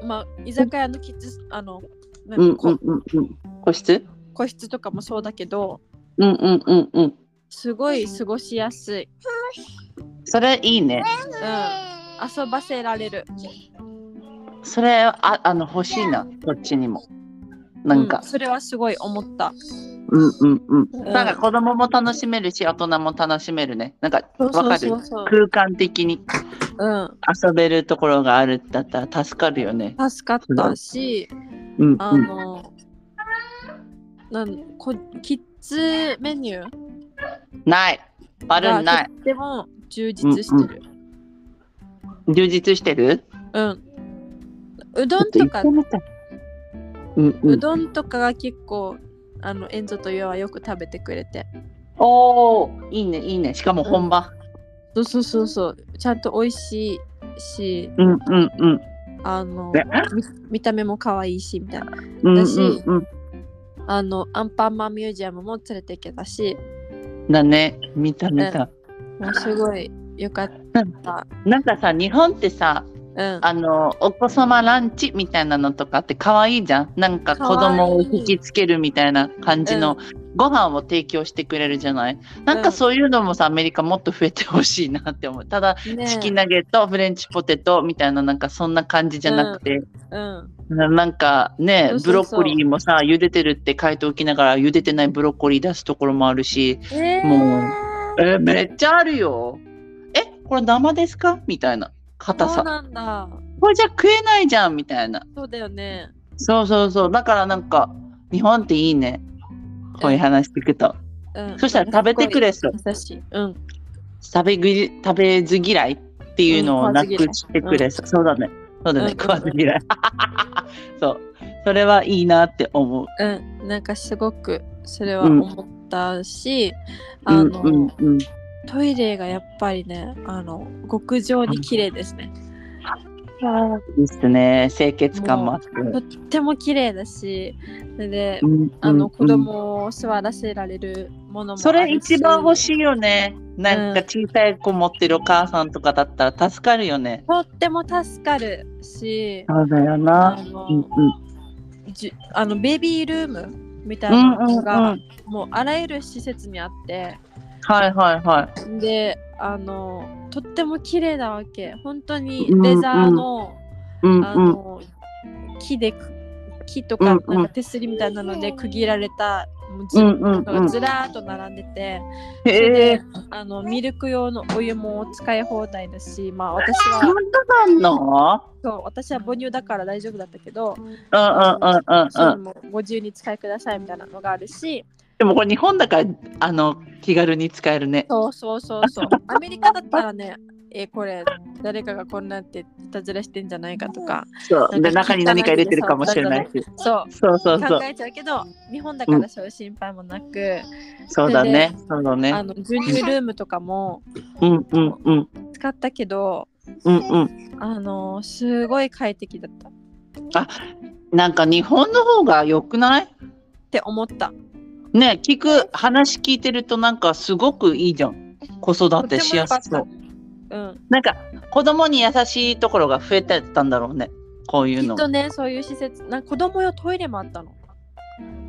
S1: まあ、居酒屋のキッズあのな
S2: うん
S1: んか
S2: う
S1: こ
S2: んうんうん。個室？
S1: 個室とかもそうだけど
S2: うんうんうんうん。
S1: すごい過ごしやすい、
S2: それいいね。
S1: うん、遊ばせられる
S2: それああの欲しいな。こっちにも。なん
S1: う
S2: か、
S1: それはすごい思った、
S2: うん、うんうん
S1: うん
S2: なんか子供も楽しめるし、大人も楽しめるね。なんか
S1: そ
S2: わ
S1: うそ
S2: か
S1: う
S2: る
S1: そう。そう
S2: 空間的に
S1: う
S2: 遊べるところがあるんだったら助かるよね。
S1: ん助かったし
S2: うんうん。
S1: あの、なんこキッズメニュー
S2: ない。悪
S1: が
S2: いない。
S1: とっても充実してる。
S2: 充実してる？
S1: うん、うどんとか
S2: ちょ、っ行ってみたいうんう。
S1: うんどんとかが結構、あの、エンゾとヨアはよく食べてくれて。
S2: おお、いいねいいね。しかも本場。
S1: そうそうそうそう、ちゃんと美味しいし、
S2: うんうんうん。
S1: あの、
S2: ね
S1: み見た目も可愛いし、みたいな。
S2: うん
S1: だし
S2: うんうん。
S1: あの、アンパンマンミュージアムも連れて行けたし、
S2: だね。見た見た。
S1: もうすごい良かった。
S2: なんかさ、日本ってさ、
S1: うん。
S2: あのお子様ランチみたいなのとかって可愛いじゃん。なんか子供を引きつけるみたいな感じのご飯を提供してくれるじゃない。なんかそういうのもさ、アメリカもっと増えてほしいなって思う。ただ
S1: ね
S2: チキンナゲット、フレンチポテトみたいななんかそんな感じじゃなくて、
S1: うん。
S2: ななんか
S1: そ
S2: ね
S1: う
S2: ブ
S1: そ
S2: ロ
S1: う
S2: ッ
S1: そう
S2: コリーもさ茹でてるって書いておきながら茹でてないブロッコリー出すところもあるし
S1: えー
S2: もうえーめっちゃあるよえこれ生ですかみたいな硬
S1: そう
S2: さ
S1: なんだ。
S2: これじゃ食えないじゃんみたいな
S1: そうだよね。
S2: そうそうそうだからなんか日本っていいねこういう話聞くと
S1: うん。
S2: そしたら食べてくれそう
S1: 優しい。うん。
S2: 食べぐい食べず嫌いっていうのをなく
S1: うん怖す
S2: してくれ、そうだねそうだ
S1: うんうん
S2: ね
S1: うん
S2: 食わず嫌い そうそれはいいなって思う
S1: うん、なんかすごくそれは思ったし、あの、
S2: うんうんうん
S1: トイレがやっぱりねあの極上に綺麗ですね。
S2: いいっすね清潔感もあって
S1: とっても綺麗だしそれで
S2: うんうん
S1: あ
S2: う
S1: の
S2: ん
S1: 子供を座らせられるものもあるし
S2: それ一番欲しいよねなんか小さい子持ってるお母さんとかだったら助かるよね
S1: とっても助かるし
S2: そうだよ
S1: あ
S2: な
S1: の、
S2: うんうん
S1: じあのベビールームみたいうなん
S2: うんう
S1: の
S2: ん
S1: が、
S2: はい
S1: もうあらゆる施設にあって
S2: はいはい
S1: であのとっても綺麗なわけ本当に
S2: うんうん
S1: レザーの,、
S2: うん
S1: あ
S2: うん
S1: の木でく木と
S2: う
S1: か
S2: んうん
S1: なんか手すりみたいなので区切られたもうず,、
S2: うんうんうん
S1: ずらーっと並んでて、
S2: へ
S1: それで
S2: え
S1: あのミルク用のお湯も使い放題だしまあ私
S2: そん
S1: は
S2: なの
S1: そう私は母乳だから大丈夫だったけど、
S2: うんうんうん
S1: そう
S2: うん
S1: いううんのもご自由に使いくださいみたいなのがあるし
S2: でもこれ日本だからあの気軽に使えるね
S1: そうそうそうそう。アメリカだったらね、 え、これ、誰かがこんなっていたずらしてんじゃないかとか、
S2: そうで中に何か入れてるかもしれないし
S1: そう、
S2: そうそうそう
S1: 考えちゃうけど、日本だからそういう心配もなく、
S2: そうだねそうだ
S1: あ
S2: ね
S1: の授乳ルームとかも
S2: うんうんうん
S1: 使ったけど、
S2: うんうん
S1: あのすごい快適だったっ
S2: なんか日本の方が良くない
S1: て思った。
S2: ね聞く話聞いてるとなんかすごくいいじゃん子育てしやすそ
S1: と
S2: う
S1: ても良かった。
S2: なんか子供に優しいところが増えてたんだろうねこうい
S1: うん、
S2: う
S1: きっ
S2: の
S1: とね、そういう施設、なんか子供用トイレもあったの。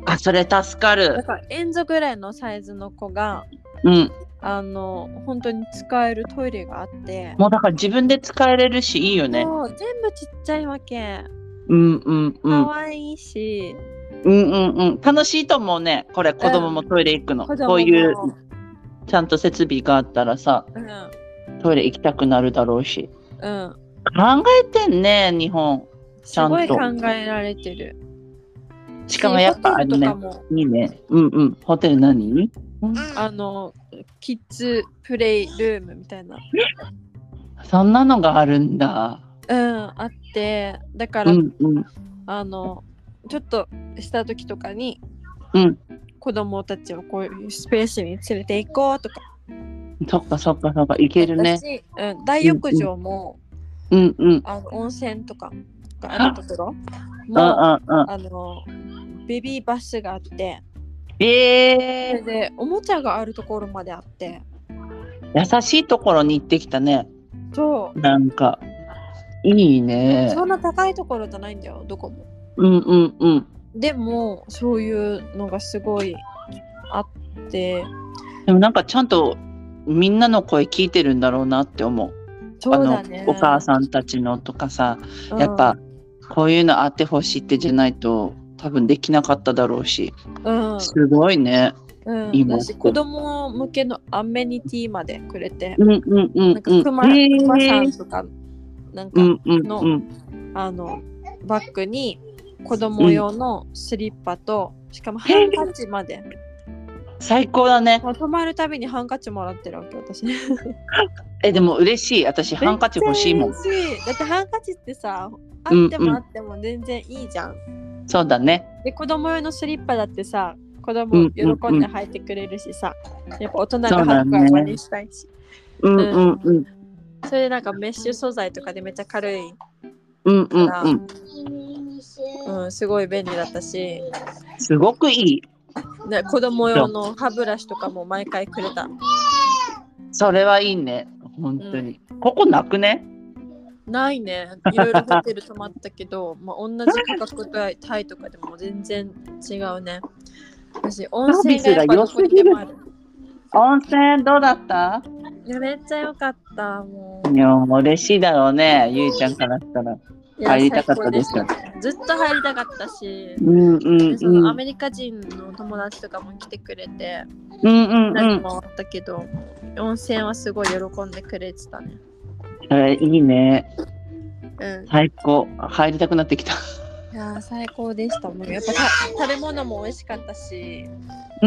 S2: あそれ助か
S1: だ
S2: る
S1: から、遠足ぐらいのサイズの子が、
S2: うん
S1: あの本当に使えるトイレがあって、
S2: もうだから自分で使えれるしいいよね
S1: そう全部ちっちゃいわけ。
S2: うんうんうん
S1: 可愛いし、
S2: うんうんうん楽しいと思うねこれ子供もトイレ行くの、
S1: 子供も
S2: こういうちゃんと設備があったらさ
S1: うん
S2: トイレ行きたくなるだろうし
S1: うん、
S2: 考えてんね日本ち
S1: す
S2: ゃんと
S1: ごい考えられてる。
S2: しかもやっぱあ
S1: ホテ
S2: る
S1: ルと
S2: ね
S1: かも
S2: いいねうんうんホテル何
S1: あのキッズプレイルームみたいな、
S2: そんなのがあるんだ
S1: うん、あってだか
S2: う
S1: ら、
S2: んうん
S1: あのちょっとした時とかに
S2: うん
S1: 子供たちをこういうスペースに連れて行こうとか
S2: そっかそっかそっか行ける
S1: だ
S2: ね
S1: し、うん、大浴場も、
S2: うんうん
S1: あの温泉とかがあるところ
S2: うんう
S1: も
S2: んうん
S1: あのベビーバスがあってそれ
S2: えー、
S1: でおもちゃがあるところまであって
S2: 優しいところに行ってきたね
S1: そう
S2: なんかいいね
S1: そんな高いところじゃないんだよどこも
S2: うんうんうん
S1: でもそういうのがすごいあって
S2: でもなんかちゃんとみんなの声聞いてるんだろうなって思う。
S1: そうだね
S2: あのお母さんたちのとかさ、
S1: うん
S2: やっぱこういうのあってほしいってじゃないと多分できなかっただろうし、
S1: うん、
S2: すごいね。
S1: うん、
S2: 今
S1: だし子供向けのアメニティまでくれて
S2: う、んうんう
S1: な
S2: ん
S1: ん
S2: う
S1: か
S2: ん。
S1: クマ,、
S2: へー
S1: さんとかなんか、
S2: うんうんうん。
S1: あのバッグに子供用のスリッパと、しかもハンカチまで、
S2: 最高だね。
S1: もう泊まるたびにハンカチもらってるわけ私
S2: えでも嬉しい。私ハンカチ欲しいもん。
S1: めっちゃ嬉しいだってハンカチってさあ
S2: うん
S1: ってもあっても全然いいじゃん、
S2: そうだね。
S1: で子供用のスリッパだってさ子
S2: うん
S1: 供喜
S2: うん
S1: んで履いてくれるしさ、やっぱ大人が履くから真似したいしそ,、
S2: うんうんうん
S1: れでなんかメッシュ素材とかでめっちゃ軽い、
S2: うんうんうん。
S1: うん、すごい便利だったし
S2: すごくいい。
S1: な子供用の歯ブラシとかも毎回くれた
S2: それはいいね。本当に。ここなくね。
S1: ないねいろいろホテル泊まったけど、 まあ、同じ価格帯タイとかでも全然違うね私温泉がやっぱどこにでもある
S2: 温泉どうだった？
S1: いやめっちゃ良かったも
S2: いや、もう嬉しいだろうね、ゆいちゃんからしたら。
S1: ういや
S2: 入りたかったです
S1: 最高したねずっと入りたかったし、
S2: うんうん
S1: そうのア
S2: ん。
S1: メリカ人の友達とかも来てくれて
S2: うんうんう
S1: 何
S2: ん。
S1: もあったけど、温泉はすごい喜んでくれてたね
S2: それいいね。
S1: うん
S2: 最高。入りたくなってきた。
S1: いやー最高でしたもうやっぱ た食べ物も美味しかったし
S2: うー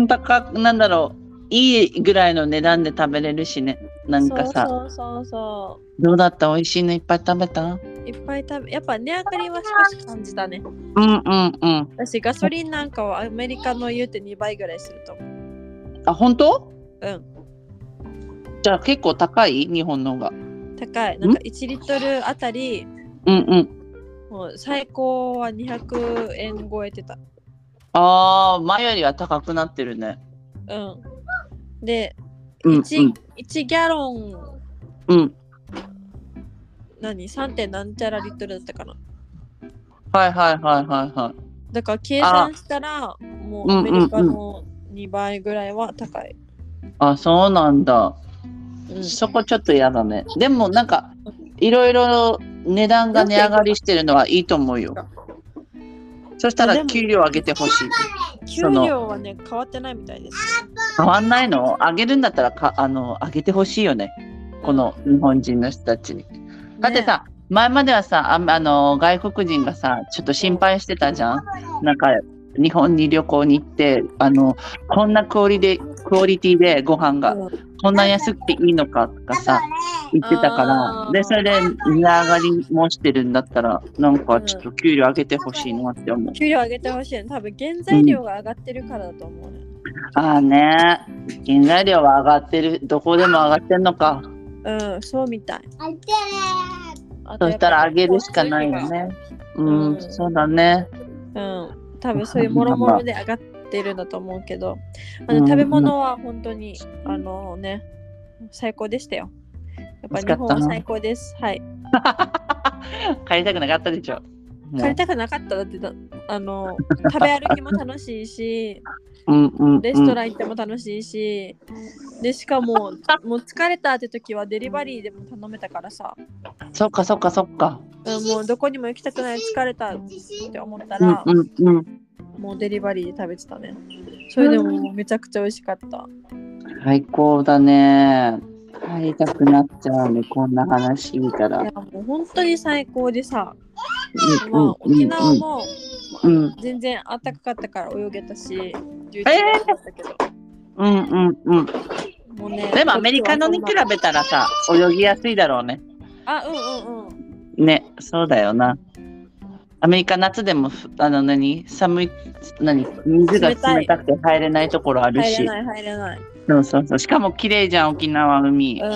S2: ん、高く、なんだろう。いいぐらいの値段で食べれるしね。なんかさ
S1: そうそうそうそ
S2: どうだった美味しいのいっぱい食べた
S1: ういっぱい食べやっぱ値上がりは少し感じたね
S2: うんうんうん
S1: 私ガソリンなんかはアメリカの言うて2倍ぐらいすると思う
S2: あ本当
S1: うん
S2: じゃあ結構高い日本の方が
S1: 高いなんか1リットルあたり
S2: うんうん
S1: もう最高は200円超えてた
S2: あー前よりは高くなってるね
S1: うんで
S2: うんう
S1: 1,
S2: ん
S1: 1ギャロン
S2: うん
S1: 何 3. 点なんちゃらリットルだったかな
S2: はいはいはいはいはい
S1: だから計算したらもうアメリカの2倍ぐらいは高い、
S2: あそうなんだ
S1: うん
S2: そこちょっと嫌だねでもなんかいろいろ値段が値上がりしてるのはいいと思うよそしたら給料上げてほしい
S1: 給料はね変わってないみたいです、
S2: 変わんないの上げるんだったらかあの上げてほしいよねこの日本人の人たちに。だってさ、前まではさああの外国人がさちょっと心配してたじゃん。なんか日本に旅行に行ってあのこんなクオリでクオリティでご飯が
S1: うん
S2: こんな安くていいのかとかさ言ってたか
S1: あー
S2: らでそれで値上がりもしてるんだったらなんかちょっと給料上げてほしいなって思う。
S1: 給料上げてほしいね多分原材料が上がってるからだと思うね
S2: ああね原材料は上がってるどこでも上がってんのか。
S1: うん、そうみたいあと
S2: そ
S1: や
S2: し
S1: っぱ
S2: た
S1: り
S2: ら上げるしかないよね。う
S1: うん
S2: ん、そうだね。
S1: うん多分そういうもろもろで上がってるんだと思うけどあの食べ物は本当にあのね最高でしたよやっぱ日本は最高ですはい
S2: 帰りたくなかったでしょ。
S1: 帰りたくなかっただってだあの食べ歩きも楽しいし
S2: うん うんうん
S1: レストラン行っても楽しいし、でしか ももう疲れたって時はデリバリーでも頼めたからさ、
S2: そっかそっかそっか。
S1: うん、もうどこにも行きたくない疲れたって思った
S2: うん
S1: ら、
S2: うんうん。
S1: もうデリバリーで食べてたねそれでももうめちゃくちゃ美味しかった
S2: 最高だね。帰りたくなっちゃうね、こんな話いいから。う
S1: い
S2: ん
S1: やもう本当に最高でさ、
S2: う
S1: ま
S2: ん
S1: あ、沖縄
S2: う
S1: も
S2: んうん
S1: 全然暖かかったから泳げたし11月だったけど、
S2: うんうんうん。
S1: もうね
S2: でもアメリカのに比べたらさ、泳ぎやすいだろうね。
S1: あうんうんうん
S2: ね、そうだよな。アメリカ夏でもふあの何寒い何水が冷たくて入れないところある
S1: 入れ
S2: し
S1: ない入れない
S2: そうそうそうしかも綺麗じゃん沖縄海
S1: うん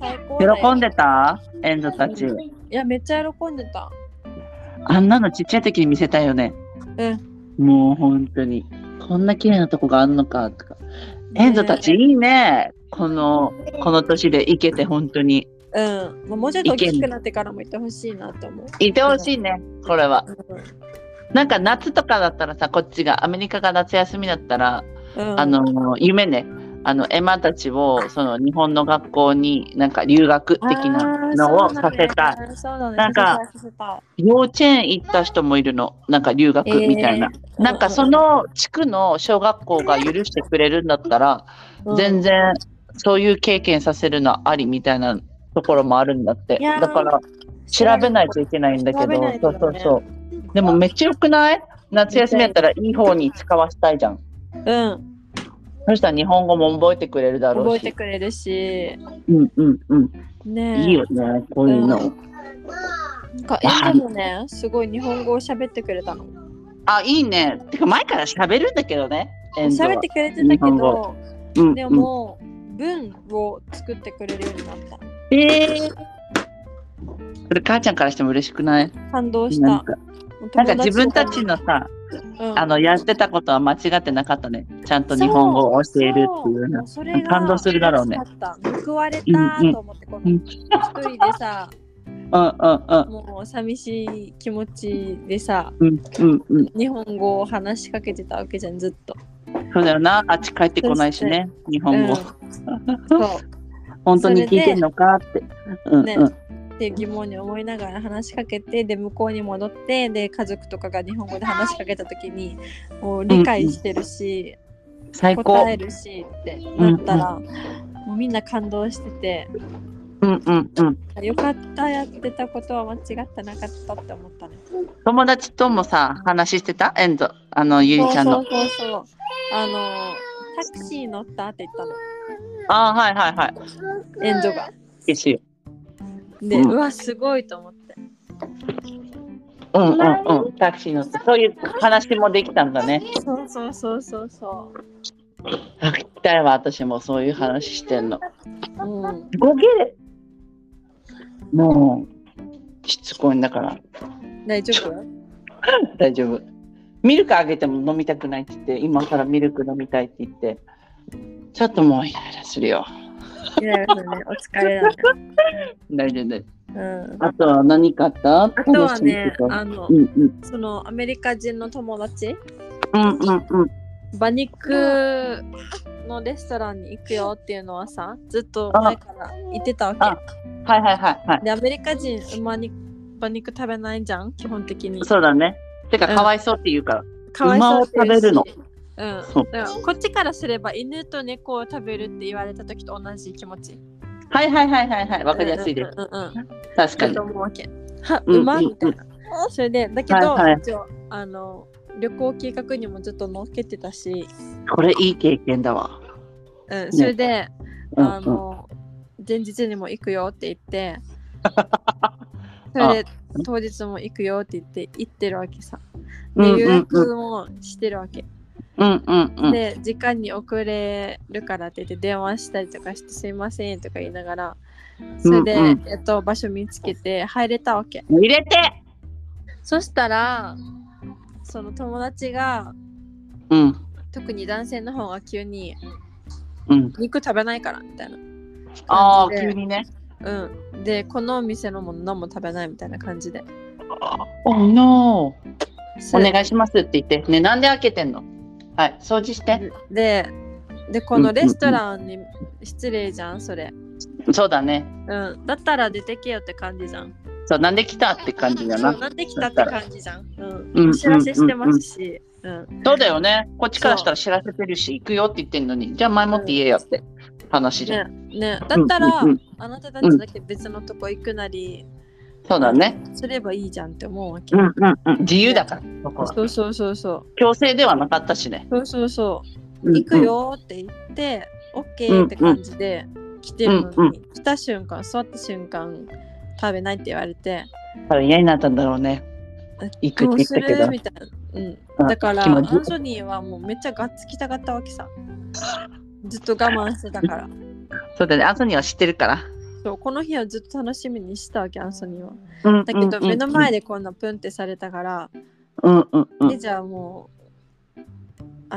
S1: 最高だよ
S2: 喜んでたエンゾたち
S1: いやめっちゃ喜んでた
S2: あんなのちっちゃい時に見せたいよね
S1: うん
S2: もう本当にこんな綺麗なとこがあんのかとかエンゾたちい
S1: ね
S2: いねこのこの年で行けて本当に
S1: うんまあもうちょっと大きくなってからも行ってほしいなと思う
S2: いてほしいねこれは
S1: う
S2: なんか夏とかだったらさこっちがアメリカが夏休みだったら
S1: んうん
S2: あの夢ねあのエマたちをその日本の学校になんか留学的なのをさせたい
S1: あーそうだね
S2: なんか
S1: させた
S2: 幼稚園行った人もいるのなんか留学
S1: いそうだね
S2: みたいな、
S1: えー
S2: なんかその地区の小学校が許してくれるんだったら、
S1: うん
S2: 全然そういう経験させるのありみたいなところもあるんだって
S1: いやー
S2: だから調べないといけないんだけ
S1: 調べ
S2: ど、
S1: ない
S2: そ
S1: と
S2: う
S1: ね
S2: そうそうでもめっちゃよくない夏休みやったらいい方に使わせたいじゃん
S1: うん
S2: そしたら日本語も覚えてくれるだろ
S1: 覚
S2: う
S1: えて
S2: し
S1: くれるし
S2: うんうんうん
S1: ねえ
S2: いいよねこういうの、
S1: うなんか
S2: わあ
S1: エンドもねすごい日本語を喋ってくれたの
S2: あいいねてか前から喋るんだけどねエンドは
S1: 喋ってくれてた
S2: 日
S1: け
S2: 本
S1: ど
S2: 語うんうん
S1: でも文を作ってくれるようになった
S2: えー、それ母ちゃんからしても嬉しくない
S1: 感動し
S2: なん
S1: た
S2: かなんか自分たちのさ
S1: うん
S2: あのやってたことは間違ってなかったねちゃんと日本語を教えるっていうの
S1: そうそれが
S2: 感動するだろうね
S1: 嬉しかった報われたと思って、こ
S2: う
S1: の
S2: ん
S1: 一人でさ、
S2: う
S1: もう寂しい気持ちでさ、
S2: んうんうんうんうん
S1: 日本語を話しかけてたわけじゃん、ずっと。
S2: そうだよなあっち帰ってこないしね日本語、
S1: うんそ
S2: 本当に聞いてんのかってうん
S1: ね
S2: うん
S1: うっていう疑問に思いながら話しかけて、で、向こうに戻って、で、家族とかが日本語で話しかけた時に、もう理解してるし、
S2: 最高
S1: 答えるしってなったら、もうみんな感動してて、
S2: うんうんうん
S1: よかった、やってたことは間違ってなかったって思ったね。
S2: 友達ともさ話してたエンゾあのゆりちゃん
S1: そ
S2: の
S1: うそうそうそうあのタクシー乗ったって言ったの
S2: あーはいはいはい。
S1: エンドが。
S2: ですよ。
S1: で、
S2: うん
S1: うわ、すごいと思って。
S2: うんうんうん。タクシー乗って、そういう話もできたんだね。
S1: そうそうそうそうそ
S2: タクシー隊は私もそういう話してんの。
S1: う。うん。
S2: ごけれもう、しつこいんだから。
S1: 大丈夫
S2: 大丈夫。ミルクあげても飲みたくないって言って、今からミルク飲みたいって言って、ちょっともうイライラするよ。
S1: いやいやそうね、お疲れなんだ。
S2: 大丈夫です。
S1: うん。
S2: あとは何買ったあ
S1: あとはね、あの
S2: う、んうん
S1: そのアメリカ人の友達、
S2: うんうんうん。
S1: 馬肉のレストランに行くよっていうのはさ、ずっと前から言ってたわ
S2: はいはいはいはい
S1: け。。で、アメリカ人、馬肉馬肉食べないじゃん、基本的に。
S2: そうだね。てか、
S1: うん
S2: かわいそうって言うから。
S1: かわいそうっていうし
S2: 馬を食
S1: うん。
S2: そう
S1: だからこっちからすれば犬と猫を食べるって言われた時と同じ気持ち。
S2: はいはいはいはいはい。わかりやすいです。
S1: うんうんうん、
S2: 確か
S1: だ
S2: に
S1: と。思うわけ。は、
S2: うん
S1: うま
S2: うん
S1: みたいな。それで、だけど、
S2: はいはい
S1: 一応、あの、旅行計画にもずっと乗っけてたし、
S2: これいい経験だわ。
S1: うん、それで、
S2: うん
S1: あ
S2: うん。
S1: の、前日にも行くよって言 って、それで、当日も行くよって言って、行ってるわけさ。
S2: うん
S1: で、予
S2: うんうん
S1: 約もしてるわけ。
S2: うんうんうん。
S1: で、時間に遅れるからって言って、電話したりとかして、すいませんとか言いながら、それで、
S2: うんうん
S1: やっと場所見つけて、入れたわけ。
S2: 入れて
S1: そしたらその友達が
S2: うん
S1: 特に男性の方が急に
S2: うん。
S1: 肉食べないからみたいな。
S2: ああ、
S1: で
S2: 急にね。
S1: うん、でこのお店のもの何も食べないみたいな感じで。
S2: おの
S1: そ
S2: お
S1: れ
S2: 願いしますって言って。ね、なんで開けてんのはい、掃除して。
S1: ででこのレストランに失礼じゃんそれ、
S2: そうだね。
S1: うん。だったら出てけよって感じじゃん。
S2: そう、なんで来たって感じだ
S1: そう
S2: な。
S1: なんで来たって感じじゃん。う
S2: うん
S1: ん、お知らせしてますし。うん、
S2: そうだよね。こっちからしたら知らせてるし、行くよって言ってんのに、じゃあ前もって言えよって話じゃん。
S1: ねねだったら、
S2: うんうんうん
S1: あなたたちだけ別のとこ行くなり、
S2: そうだね。
S1: すればいいじゃんって思うわけ。
S2: うんうんうん。自由だから、そこは。
S1: そうそうそうそう。
S2: 強制ではなかったしね。
S1: そうそうそう。
S2: うん
S1: 行く。よって言って、オッケーって感じで来てるのに、
S2: うんうん
S1: 来た瞬間、座った瞬間、食べないって言われて、
S2: うんだから嫌になったんだろうね。行く
S1: ど
S2: っ
S1: う
S2: て
S1: す
S2: 言ったけ
S1: る
S2: ど。
S1: みたいな。うん
S2: うん
S1: だから、ア
S2: 気持
S1: ン
S2: ち
S1: ソニーはもうめっちゃガッツきたかったわけさ。ずっと我慢してたから。
S2: そうだね。アソニーは知ってるから。
S1: そうこの日はずっと楽しみにしてたわけ、アンソニーは。
S2: うん
S1: だけど、目の前でこんなプンってされたから、
S2: うんうんうん
S1: で、じゃあもう。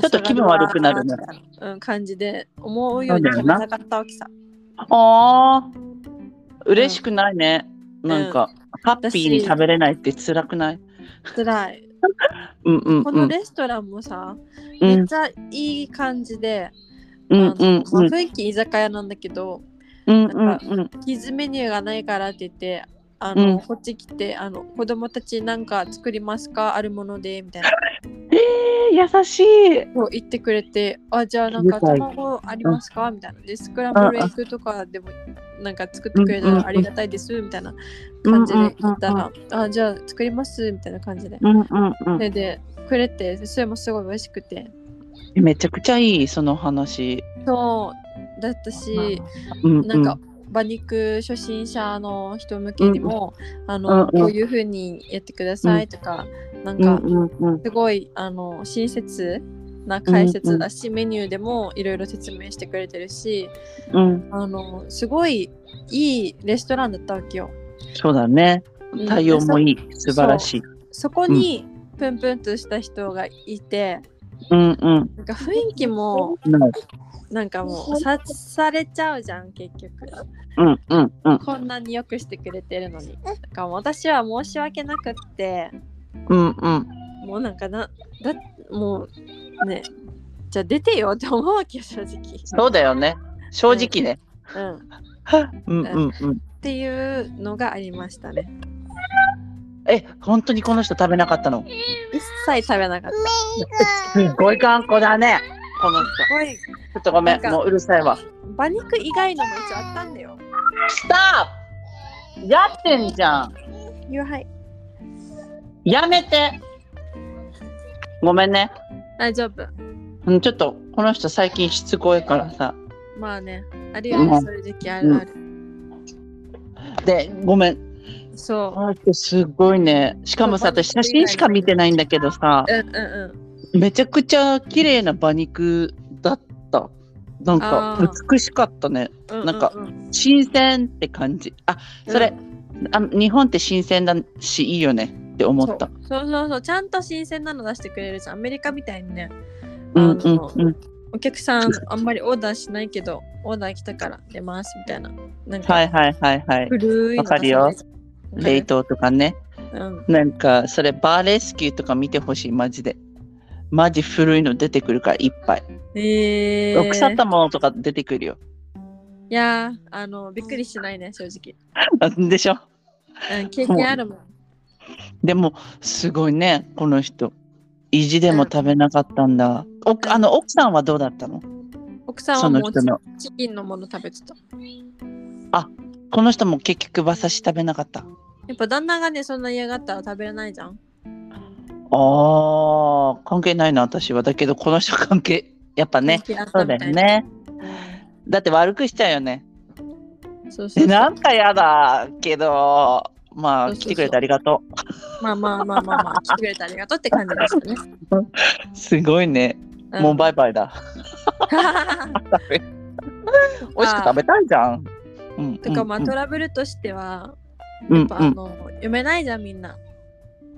S2: ちょっと気分悪くなるね
S1: あそうだなうん、感じで思うように食べなかったわけさ。
S2: あー嬉しくないね、なんか、ハッピーに食べれないって辛くない
S1: 辛い。
S2: うんうん
S1: こ
S2: う
S1: の
S2: ん
S1: レストランもさ、
S2: う
S1: めっ
S2: ん
S1: ちゃいい感じで、
S2: うん
S1: あの
S2: うん
S1: まあ
S2: うん
S1: 雰囲気居酒屋なんだけど、
S2: うんうん
S1: キッズメニューがないからって言って、あの
S2: うん
S1: こっち来てあの子供たちなんか作りますかあるものでみたいな
S2: えー、優しい
S1: こう言ってくれてあじゃあなんか
S2: 理解
S1: 卵ありますかみたいなでスクランブルエッグとかでもなんか作ってくれた
S2: うんうんうん
S1: らありがたいですみたいな感じで言ったらあじゃあ作りますみたいな感じで
S2: うんうん
S1: それでくれてそれもすごい美味しくて
S2: うんめちゃくちゃいいその話
S1: そうだったし
S2: うんうん
S1: なんか馬肉初心者の人向けにも、あ
S2: うんう
S1: の
S2: ん
S1: こういう風にやってくださいとか、なん
S2: うん
S1: か
S2: うんうん
S1: すごいあの親切な解説だし、メニューでもいろいろ説明してくれてるし
S2: うん
S1: あのすごいいいレストランだったわけよ。
S2: そうだね
S1: うん
S2: 対応もい
S1: で
S2: い素晴らしい
S1: そそこにプンプンとした人がいて、
S2: うんうん
S1: なんか雰囲気も
S2: うん
S1: なんかもう察されちゃうじゃん結局。
S2: うんうんうん
S1: こんなによくしてくれてるのに。なんか私は申し訳なくって、
S2: うんうん
S1: もうなんかな、だもうね、じゃあ出てよって思うわけよ、正直。
S2: そうだよね正直ね
S1: うん、っ
S2: うんうんうん
S1: ていうのがありましたね。
S2: え本当にこの人食べなかったの
S1: 一切食べなかった。す
S2: すごい頑固だねこの人
S1: ごい。
S2: ちょっとごめ
S1: なん
S2: ん、
S1: か
S2: もううるさいわ。
S1: 馬肉以外のも一応あったんだよ。
S2: スターやってんじゃん
S1: 夕飯。
S2: やめてごめんね。
S1: 大丈夫。
S2: うんちょっと、この人最近しつこいからさ、
S1: まあね、あるよね、
S2: うん
S1: そういう時期あるある。
S2: で、ごめん。
S1: そ
S2: あーすごいね。しかもさ、
S1: そう
S2: 私写真しか見てないんだけどさ、
S1: う。うんうんうん。
S2: めちゃくちゃ綺麗な馬肉だった。なん
S1: あ
S2: か
S1: ー
S2: 美しかったね。
S1: うう
S2: なんか、新鮮って感じ。あ、それ、あ日本って新鮮だし、いいよねって思
S1: そ
S2: っ
S1: う
S2: た。
S1: そうそうそう、ちゃんと新鮮なの出してくれるじゃん。アメリカみたいにね。
S2: う
S1: あ
S2: ん
S1: の
S2: うんうん。
S1: お客さんあんまりオーダーしないけど、オーダー来たから出ますみたいな。なんか、
S2: はいはいはいはい。
S1: 古いの
S2: わかるよ
S1: 出さない
S2: 冷。凍とかね。
S1: うん。
S2: なんか、それ、バーレスキューとか見てほしい、マジで。マジ古いの出てくるから、いっぱい。
S1: えー、
S2: 腐ったものとか出てくるよ。
S1: いやーあの、びっくりしないね、正直。
S2: でしょ
S1: うん、経験あるもん。
S2: でも、すごいね、この人。意地でも食べなかったんだ。おあの奥さんはどうだったの
S1: 奥さん
S2: そ
S1: は
S2: の
S1: もう
S2: 人の。
S1: チキンのもの食べてた。
S2: この人も結局馬刺し食べなかった。
S1: やっぱ旦那がね、そんな嫌がったら食べれないじゃん。
S2: ああ、関係ないな、私は。だけど、この人関係、やっぱね。
S1: 関係あっ
S2: そ
S1: た
S2: うだ
S1: みた
S2: よ
S1: いな。
S2: ね。だって悪くしちゃうよね。
S1: そうそう
S2: で、
S1: そう
S2: なんかやだけど、ま
S1: そうそうそう
S2: あ、来てくれてありがと
S1: まあまあまあまあまあ、来てくれてありがとうって感じでしたね。
S2: う。すごいね。
S1: うん
S2: もうバイバイだ。美味しく食べたいじゃん。うん
S1: とかまあ
S2: うん
S1: トラブルとしては、
S2: うんう
S1: やっ
S2: ん
S1: ぱあの、読めないじゃんみんな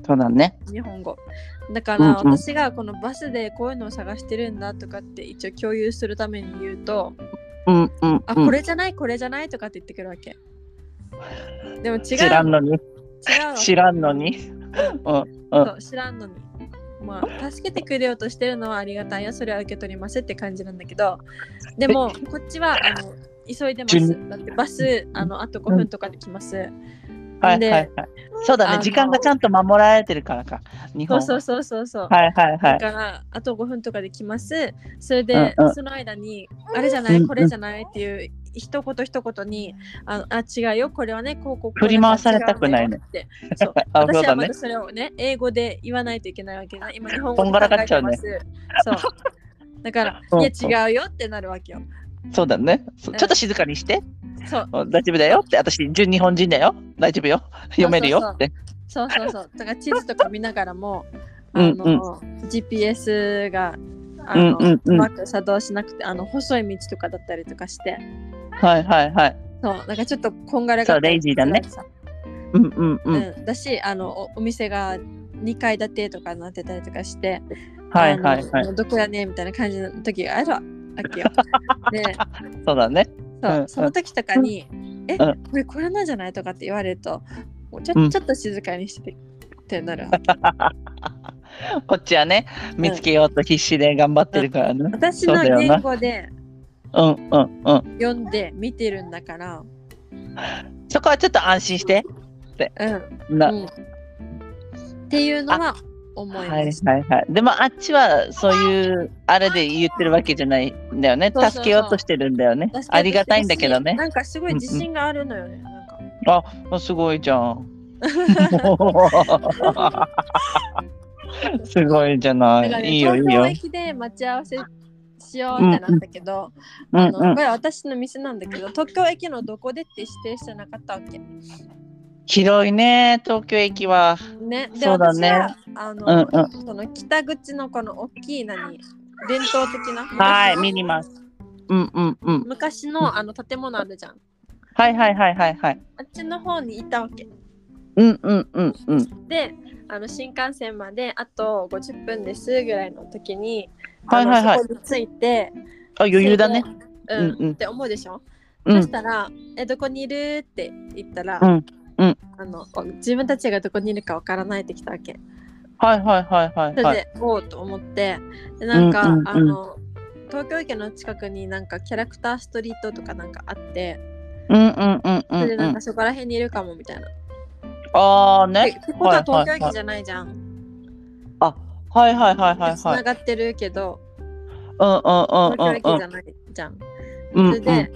S2: そうだね。
S1: 日本語。だから
S2: うんうん
S1: 私がこのバスでこういうのを探してるんだとかって一応共有するために言うと、
S2: うんうん
S1: あ
S2: うん。
S1: これじゃないこれじゃないとかって言ってくるわけ。でも違う
S2: 知らんのに。
S1: 違うわ
S2: 知らんのに。
S1: そう知らんのに。まあ、助けてくれようとしてるのはありがたいよ、それは受け取りますって感じなんだけど、でも、こっちはあの急いでます。だってバス、あのあと5分とかで来ます。
S2: はいはい
S1: で
S2: はい。そうだ
S1: あ
S2: ね。
S1: の
S2: 時間がちゃんと守られてるからか。
S1: そ
S2: 日本
S1: う
S2: は。
S1: そうそうそうそう。
S2: はいはいは
S1: だ
S2: い。
S1: から、あと5分とかで来ます。それで、
S2: うんうん
S1: その間に、あれじゃな
S2: うんう
S1: い、
S2: ん
S1: これじゃないっていう、一言一言に、あのあ違うよ、これはね、こうこうこう
S2: 振り回されたくないね
S1: だから違うんだよって。そう
S2: あ、そう
S1: 私
S2: だ
S1: はま
S2: ね
S1: た。それをね、英語で言わないといけないわけだ。今、日本語
S2: こ
S1: で
S2: んがら
S1: 考
S2: がっ
S1: え
S2: ちゃ
S1: て
S2: うね
S1: ます。そう。だ から、
S2: うん
S1: いや、違うよってなるわけよ。
S2: そうだね。そう
S1: うん
S2: ちょっと静かにして。
S1: そう、
S2: うん大丈夫だよって。私、純日本人だよ。大丈夫よ。読めるよって。
S1: そうそうそう。だから、地図とか見ながらも、
S2: うん
S1: あの、GPS が、あの、
S2: うんうんうん
S1: うまく作動しなくて、あの、細い道とかだったりとかして、
S2: はいはいはい。
S1: そう、なんかちょっとこんがらが
S2: そうレイジーだね。うんうん
S1: う
S2: うん。
S1: ん、だし、あのお、お店が2階建てとかになってたりとかして、
S2: はいはいは
S1: あ
S2: い。
S1: のどこやねみたいな感じの時があるわ けよ。で、
S2: そうだね。
S1: そう
S2: うんうん
S1: その時とかに、え、
S2: う
S1: これこれなんじゃないとかって言われると、もうちょ
S2: うん
S1: ちょっと静かにしてってなるわ け。
S2: こっちはね、見つけようと必死で頑張ってるからね。
S1: 私
S2: そう
S1: の
S2: だよな
S1: 言語で
S2: うんうんうん。
S1: 読んで見てるんだから、
S2: そこはちょっと安心して。
S1: うん、
S2: な
S1: うん。っていうのは思
S2: はいい
S1: ま
S2: はい
S1: す。
S2: はい。でもあっちはそういうあれで言ってるわけじゃないんだよね。
S1: そうそうそう
S2: 助けようとしてるんだよ
S1: 助
S2: ね
S1: けてほし。
S2: ありがたいんだけどね。
S1: なんかすごい自信があるのよね。なんか
S2: もうすごいじゃ ん。すごいじゃな
S1: だからね
S2: い。いいよいい
S1: 東京
S2: よ。
S1: 駅で待ち合わせしようってなったけど、
S2: うん
S1: あの
S2: うん
S1: こ。れ私の店なんだけど、東京駅のどこでって指定してなかったわけ。
S2: 広いね、東京駅は。
S1: ね、で
S2: そうだね
S1: 私はあの、
S2: うんうん。
S1: その北口のこの大きい何伝統的な
S2: はい、
S1: 昔
S2: 見にます。うんうんうん。
S1: 昔のあの建物あるじゃん。
S2: はいはいはいはいはい。
S1: あっちの方にいたわけ。
S2: うんうんうんうん。
S1: で、あの新幹線まであと50分ですぐらいの時に、
S2: はいはいはい
S1: あのそこに着いて、
S2: あ、余裕だね。
S1: それで。
S2: うん
S1: う
S2: うん
S1: ん、って思うでしょ
S2: う
S1: そし
S2: ん。
S1: たら「えどこにいる?」って言ったら、
S2: うんうん
S1: あのお自分たちがどこにいるかわからないってきたわけ。
S2: はいはいはいは
S1: そ
S2: い
S1: れ
S2: はい。
S1: で、おうと思ってでなんか、
S2: うんうんうん
S1: あの東京駅の近くになんかキャラクターストリートとかなんかあって
S2: うんうんうんう
S1: それで
S2: んう
S1: なん
S2: ん
S1: か。そこら辺にいるかもみたいな。
S2: ああ
S1: で
S2: ね。
S1: ってことは東京
S2: はいはいは
S1: 駅
S2: い
S1: じゃないじゃん。
S2: はいはいはいはい
S1: つ
S2: は。
S1: ないがってるけど東京駅じ
S2: うんうんう
S1: ゃないじゃん。
S2: んうん。
S1: それで、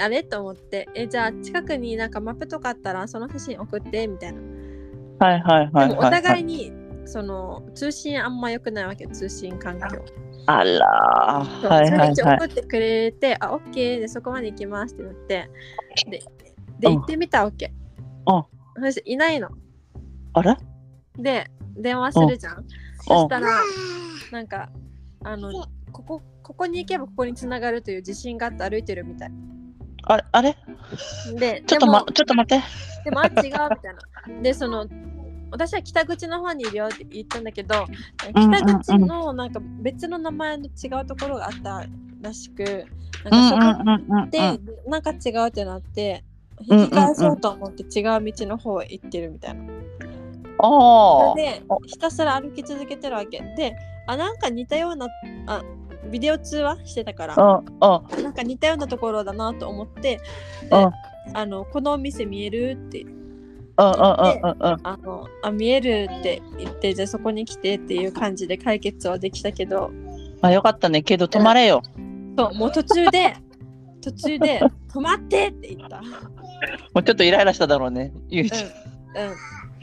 S1: あれと思ってえじゃあ近くになんかマップとかあったらその写真送ってみたいな。
S2: はいはいはい
S1: でもお
S2: はい。
S1: 互いにその通信あんま良くないわけ通信環境
S2: あらー
S1: そう
S2: はいはい
S1: それ
S2: は
S1: で
S2: い
S1: 送ってくれて、あオッケーでそこまで行きますってなってでで
S2: うん
S1: 行ってみたわけ
S2: うん
S1: そしていないの
S2: あら
S1: で電話するじゃんそしたらなんかあのここここに行けばここに繋がるという自信があって歩いてるみたい
S2: あれあれ
S1: で
S2: ちょっと、ま、
S1: でも
S2: ちょっと待って
S1: でもあ違うみたいな。でその私は北口の方にいるよって言ったんだけど
S2: うん
S1: 北口のなんか別の名前の違うところがあったらしくなんかそこ
S2: うんうん
S1: で、
S2: うん
S1: なんか違うってなって
S2: うんうんうん
S1: 引き返そうと思って違う道の方へ行ってるみたいな。
S2: あー
S1: でひたすら歩き続けてるわけであなんか似たようなあビデオ通話してたから
S2: うんうん
S1: なんか似たようなところだなと思ってで
S2: うん
S1: あのこのお店見えるって
S2: うんうんうんうん
S1: あのあ見えるって言ってじゃあそこに来てっていう感じで解決はできたけど
S2: まあよかったねけど止まれよ
S1: そうもう途中で途中で「止まって!」って言った。
S2: もうちょっとイライラしただろうねゆうちゃん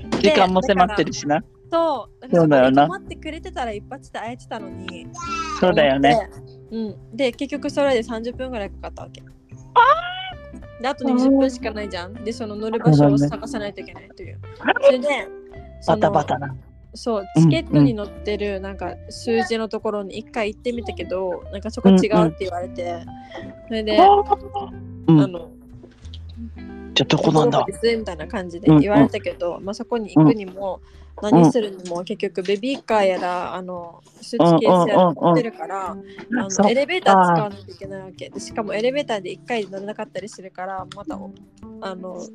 S1: うん、
S2: 時間も迫ってるしな
S1: そう
S2: そうだよな
S1: そこで止まってくれてたら一発で会えてたのに
S2: そうだよね
S1: と思ってうん、で結局それで30分ぐらいかかったわけであと20分しかないじゃんでその乗る場所を探さないといけないというそれでそ
S2: バ
S1: の
S2: タバタな
S1: そう
S2: うん
S1: チケットに載ってるなんか数字のところに一回行ってみたけど、なんかそこ違うって言われて、それで、あ
S2: うん
S1: の
S2: じゃあどこなんだ
S1: こですみたいな感じで言われたけど、まあ、そこに行くにも、何するにも結局ベビーカーやらあのスーツケースやら持ってるから、あ
S2: そ
S1: の
S2: っか
S1: エレベーター使わなきゃいけないわけでしかもエレベーターで一回乗れなかったりするからまたあの
S2: そ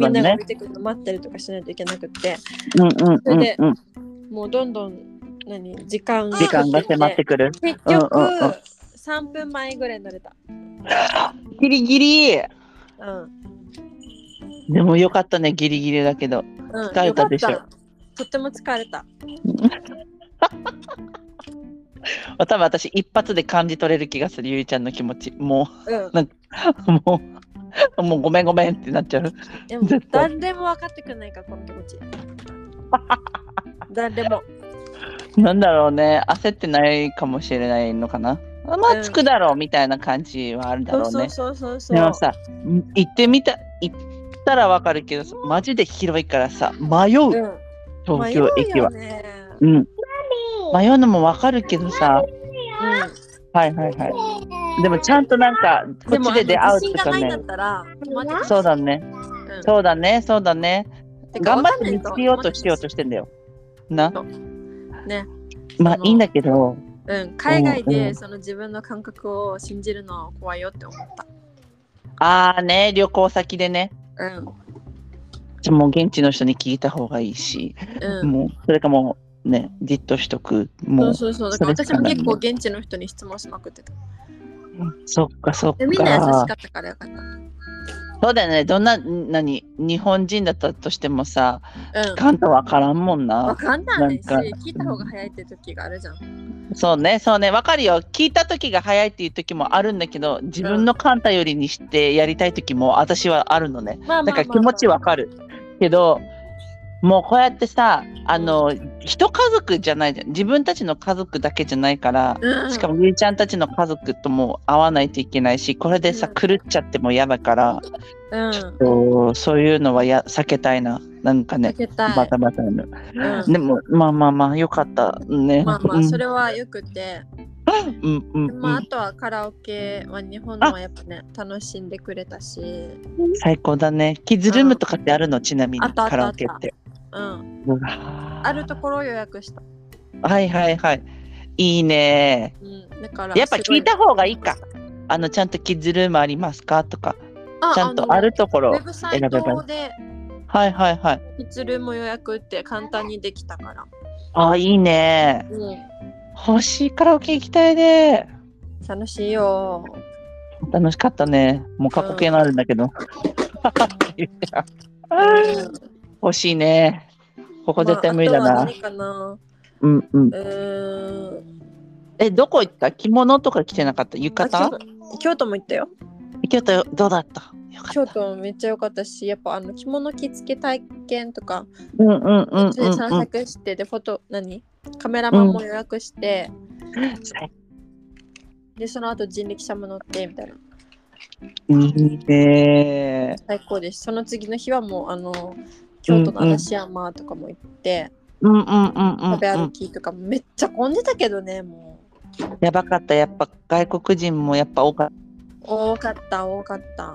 S1: みんな
S2: だ
S1: が
S2: ね
S1: 降りてくるの待ったりとかしないといけなくって
S2: うんうん
S1: それで
S2: うんうん
S1: もうどんどん何時間
S2: 時間が迫ってくる
S1: 結
S2: うん
S1: 局、
S2: うんうん
S1: 3分前ぐらいに乗れた。
S2: ギリギリ
S1: うん。
S2: でもよかったねギリギリだけど
S1: うん、
S2: 疲れたでしょ
S1: よかったとっても疲れた。
S2: 多分私一発で感じ取れる気がするゆいちゃんの気持ちも
S1: うん。
S2: う もうもうごめんごめんってなっちゃう
S1: でも
S2: 絶対
S1: 誰でも分かってくれないから、この気持ち。誰でも。
S2: なんだろうね焦ってないかもしれないのかなあま
S1: う
S2: あ
S1: ん
S2: つくだろうみたいな感じはある だ
S1: そ
S2: ろう
S1: う
S2: ね、
S1: そうそうそうそう。
S2: でもさん行ってみた行ったらわかるけどさマジで広いからさ迷
S1: う。
S2: うん東京駅は、
S1: 迷うよね
S2: うん迷うのもわかるけどさはいはいは
S3: はい
S2: でもちゃんとなんかこ
S1: で
S2: っ
S1: も
S2: ちで出
S1: あの
S2: 会
S1: 自
S2: う
S1: 信
S2: と
S1: がな
S2: か
S1: いん
S2: ね
S1: だったら、止まって
S2: そうだね
S1: うん
S2: そうだねそうだね
S1: てか
S2: 頑張っ
S1: わかんな
S2: て
S1: い
S2: 見つけようとしようとしてんだよな
S1: そうね
S2: まあ
S1: あの
S2: いいんだけど
S1: うん、海外
S2: うんう
S1: で
S2: ん
S1: その自分の感覚を信じるのは怖いよって思った。
S2: ああね旅行先でね
S1: うん。
S2: ちょもう現地の人に聞いた方がいいし、
S1: うん。
S2: もうそれかもうねじっとしとくも
S1: そううそうそう。だから
S2: それし
S1: 私
S2: か
S1: も
S2: ない
S1: 結構現地の人に質問しまくってた。
S2: そっかそっ
S1: でみんな優しか
S2: か
S1: ったからよかっ
S2: そうだよねどんな何日本人だったとしてもさ
S1: た。うん。
S2: 関東わからんもん
S1: わ
S2: な
S1: かんないし、
S2: なんか
S1: 聞いた方が早いって時があるじゃん。
S2: そうねそうねわかるよ聞いた時が早いっていう時もあるんだけど自分の関東よりにしてやりたい時も私はあるのね
S1: まあまあまあ、
S2: だから気持ちわかるけどもうこうやってさあの一家族じゃないじゃん自分たちの家族だけじゃないから
S1: うん。
S2: しかもゆいちゃんたちの家族とも会わないといけないしこれでさ
S1: うん
S2: 狂っちゃっても嫌だから、
S1: うん。
S2: そうそういうのはや避けたいななんか
S1: 避
S2: ね
S1: けたい。
S2: バタバタの、
S1: うん
S2: でもまあまあまあよかったね
S1: まあま
S2: う
S1: あ、
S2: ん
S1: それはよくて。
S2: うんうんうん
S1: まあ、あとはカラオケは日本のはやっぱね、楽しんでくれたし。
S2: 最高だねキッズルームとかってあるのちなみ
S1: あ
S2: に
S1: ったあった
S2: カラオケって
S1: うん。
S2: うわー
S1: あるところを予約した。
S2: はいはいはいいいね
S1: うん。だから、
S2: やっぱ聞いた
S1: す
S2: 方がいいかあのちゃんとキッズルームありますかとか
S1: ごい。
S2: ちゃんとあるとこ
S1: ウ
S2: ろ
S1: ェブサイトで、
S2: はいはいはい
S1: いつルーム予約って簡単にできたから。
S2: あいいね
S1: うん。
S2: 欲しいカラオケ行きたいね
S1: 楽しいよ。
S2: 楽しかったねもう過去形があるんだけど、
S1: うん
S2: 欲しいねここ絶対無理だな、
S1: まああとは何かな
S2: うんうん
S1: うーん。
S2: えどこ行った着物とか着てなかった浴
S1: あ京
S2: 衣
S1: 都京都も行ったよ。
S2: 京都どうだったよかった
S1: 京都もめっちゃ良かったしやっぱあの着物着付け体験とか
S2: うんうんうんうん、
S1: 普通に散
S2: うん。
S1: 策して、でフォト何カメラマンも予約して、でその後人力車も乗ってみたいない
S2: いね
S1: 最高ですその次の日はもうあの京都の嵐山とかも行って、
S2: うんうんうんうん、う
S1: 食べ歩
S2: ん。
S1: きとかもめっちゃ混んでたけどねもう
S2: やばかった。やっぱ外国人もやっぱ多かっ
S1: 多かった多かった
S2: た。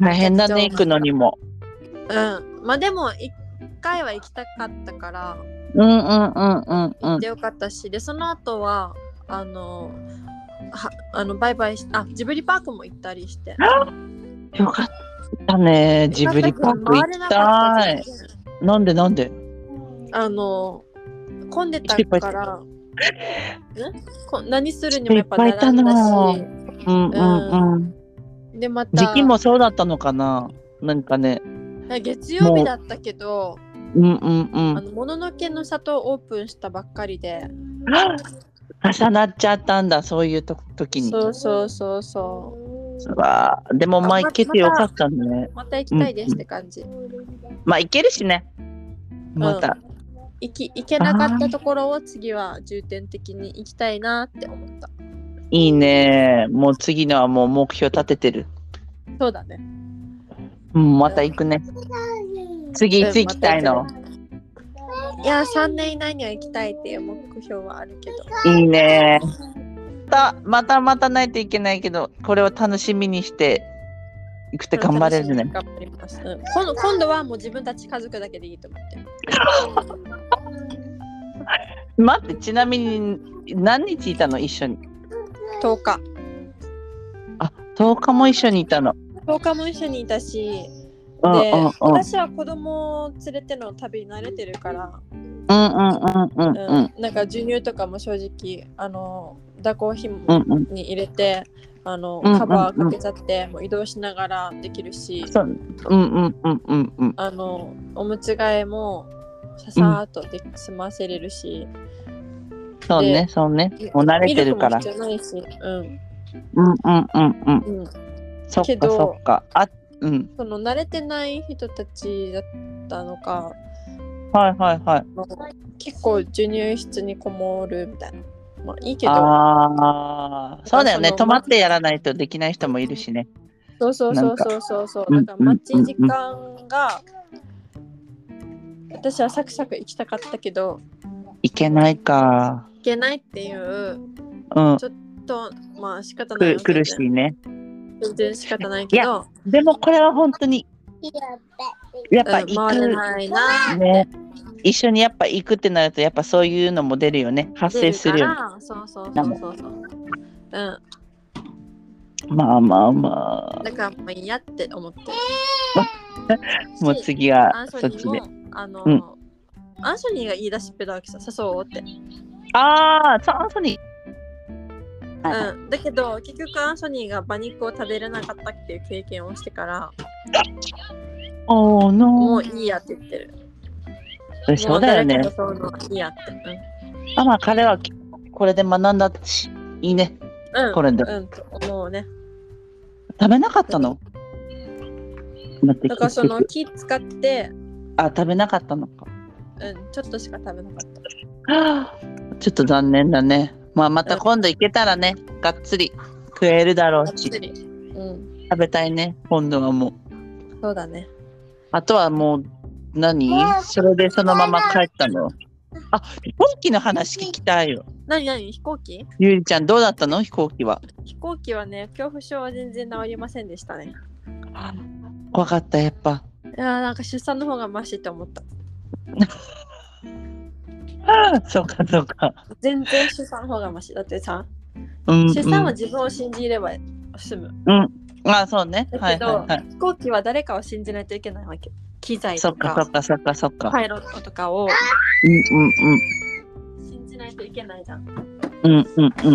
S2: 大変だね、行くのにも。
S1: うんまあでも一回は行きたかったから
S2: うんうんうんうんう
S1: 行
S2: ん
S1: っ。てよかったし、でその後はあのはあのバイバイしあジブリパークも行ったりして
S2: よかったね。ジブリパーク行きたい。なんでなんで
S1: あの混んでた
S2: いっぱいいた
S1: から んこ何するにもやっぱ
S2: いっぱいいた
S1: 並んだ
S2: な
S1: し
S2: うんうんうん。
S1: でまた
S2: 時期もそうだったのかななんかね。
S1: 月曜日だったけど
S2: うんうんう
S1: あ
S2: ん。
S1: のもののけの里オープンしたばっかりで
S2: 重なっちゃったんだ、そういうと時に。
S1: そうそうそうそう
S2: うわあでもまあ行けてよかったね。
S1: また行きたいですって感じ、
S2: まあ行けるしね。また。
S1: 行き行けなかったところを次は重点的に行きたいなって思った
S2: いいね。もう次のはもう目標立ててる。
S1: そうだね
S2: うん、また行くね。次いつ行きたいの、
S1: いや3年以内には行きたいっていう目標はあるけど
S2: いいね。また、またまたないといけないけど、これを楽しみにして行くって頑張れるね。
S1: 頑張ります、うん今度。今度はもう自分たち家族だけでいいと思って。
S2: 待って、ちなみに何日いたの一緒に。
S1: 10日。
S2: あ、10日も一緒にいたの。
S1: 10日も一緒にいたし、
S2: うんうん
S1: で、
S2: うん。
S1: 私は子供を連れての旅に慣れてるから、
S2: うんうんうんうんうん。
S1: うんなんか授乳とかも正直、あの、抱っこひ
S2: う
S1: も
S2: んうん。
S1: に入れて、あの、
S2: うんうんうん
S1: カバーかけちゃって、もう移動しながらできるし、
S2: そう。うんうんうんうんうん。
S1: あの、おむつ替えもささーっとで済ませれるし、
S2: そうね、そうね。もう慣れてるから
S1: ミ。ルクも必要ないし、うん。
S2: うんうんうんうん。
S1: うん
S2: そっ
S1: け
S2: か
S1: ど
S2: そっか。あ、うん。
S1: その慣れてない人たちだったのか
S2: はいはいはい。
S1: 結構授乳室にこもるみたいなまあいいけど
S2: ああ、そうだよね。
S1: だからその
S2: 止まってやらないとできない人もいるしね。
S1: そうそうそうそうそうそうだから
S2: うんうんうん
S1: 待ち時間が私はサクサク行きたかったけど
S2: いけないか。
S1: 行けないっていう
S2: うん。
S1: とまあ仕方ない
S2: く
S1: わけで
S2: 苦しいね。
S1: 全然仕方ないけど
S2: でもこれは本当に、やっぱ
S1: うん、回れ
S2: 行
S1: ないな
S2: く、ね。一緒にやっぱ行くってなると、やっぱそういうのも出るよね。発生するよね。
S1: からそうそうそうそうそううん
S2: まあまあま
S1: だからもう嫌って思って
S2: あ。 もう次は
S1: アンソ
S2: そっ
S1: ニ
S2: ち
S1: ー
S2: で。
S1: もあの、
S2: うん
S1: アンソニーが言い出しっぺだわけさ誘おうって、
S2: ああ、そうアンソニー。はいはい
S1: うん、だけど結局アンソニーが馬肉を食べれなかったっていう経験をしてから
S2: おお
S1: も
S2: の
S1: ういいやって言ってる
S2: そうだよね
S1: もう。誰かとそういうのいいやって
S2: あまあ彼はこれで学んだし、いいね。
S1: うんうん
S2: これで
S1: うんと思うね
S2: 食べなかったの待って
S1: だからその
S2: 結
S1: 木使って、
S2: 局あ食べなかったのか
S1: うん、ちょっとしか食べなかった
S2: はあちょっと残念だねまあまた今度行けたらねがっつり食えるだろう
S1: がっ
S2: し
S1: つりうん
S2: 食べたいね今度はもう
S1: そうだね
S2: あとはもう何それでそのまま帰ったのあ飛行機の話聞きたいよ
S1: 何何飛行機
S2: ゆりちゃんどうだったの飛行機は
S1: 飛行機はね恐怖症は全然治りませんでしたね
S2: 怖かったやっぱ
S1: いやーなんか出産の方がマシって思った
S2: そうかそうか
S1: 全然出産の方がマシだってさ
S2: うん、うん、
S1: 出産は自分を信じれば済む。
S2: あそうねは
S1: だ
S2: い
S1: けど、
S2: はいはい
S1: 飛行機は誰かを信じないといけないわけ。機材
S2: そ
S1: と
S2: っか
S1: か
S2: そっかそっかそっか、
S1: パイロットとかを
S2: うんうんうん
S1: 信じないといけないじゃん。なん
S2: うんうんう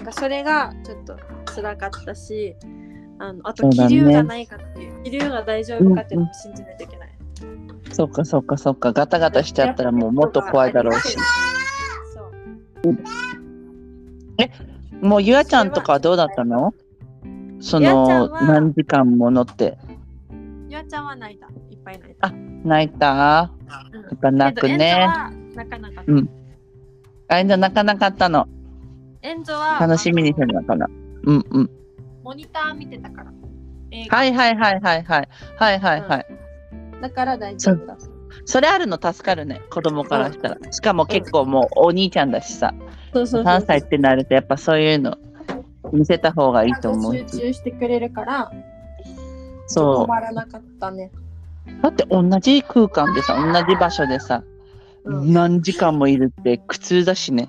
S2: ん。
S1: かそれがちょっと辛かったし、あのあ
S2: そ
S1: と
S2: うだ
S1: 気
S2: ね
S1: 流がないかっていう、気流が大丈夫かっていうのも信じないといけない。
S2: そっかそっかそっか。ガタガタしちゃったらもうもっと怖いだろうし。
S1: そう。
S2: もうゆあちゃんとかはどうだったのそ
S1: やちゃ
S2: の
S1: んは
S2: 何時間も乗って
S1: ゆあちゃんは泣いた。いっぱい泣いた。
S2: あ泣いた
S1: うん
S2: やっぱ泣く
S1: けどエンゾ
S2: ね
S1: は泣かなかった。
S2: うんあいの泣かなかったの
S1: エンゾは
S2: 楽しみにしてるのかなうんうん
S1: あのモニター見てたから。映画
S2: はいはいはいはいはいはいはいはい
S1: だから大丈夫だった。
S2: それあるの助かるね子供からしたらしかも結構もうお兄ちゃんだしさ
S1: そうそうそう
S2: 3歳ってなるとやっぱそういうの見せた方がいいと思う
S1: 集中してくれるから、
S2: そう
S1: 困らなかったね。
S2: だって同じ空間でさ同じ場所でさ、
S1: うん
S2: 何時間もいるって苦痛だしね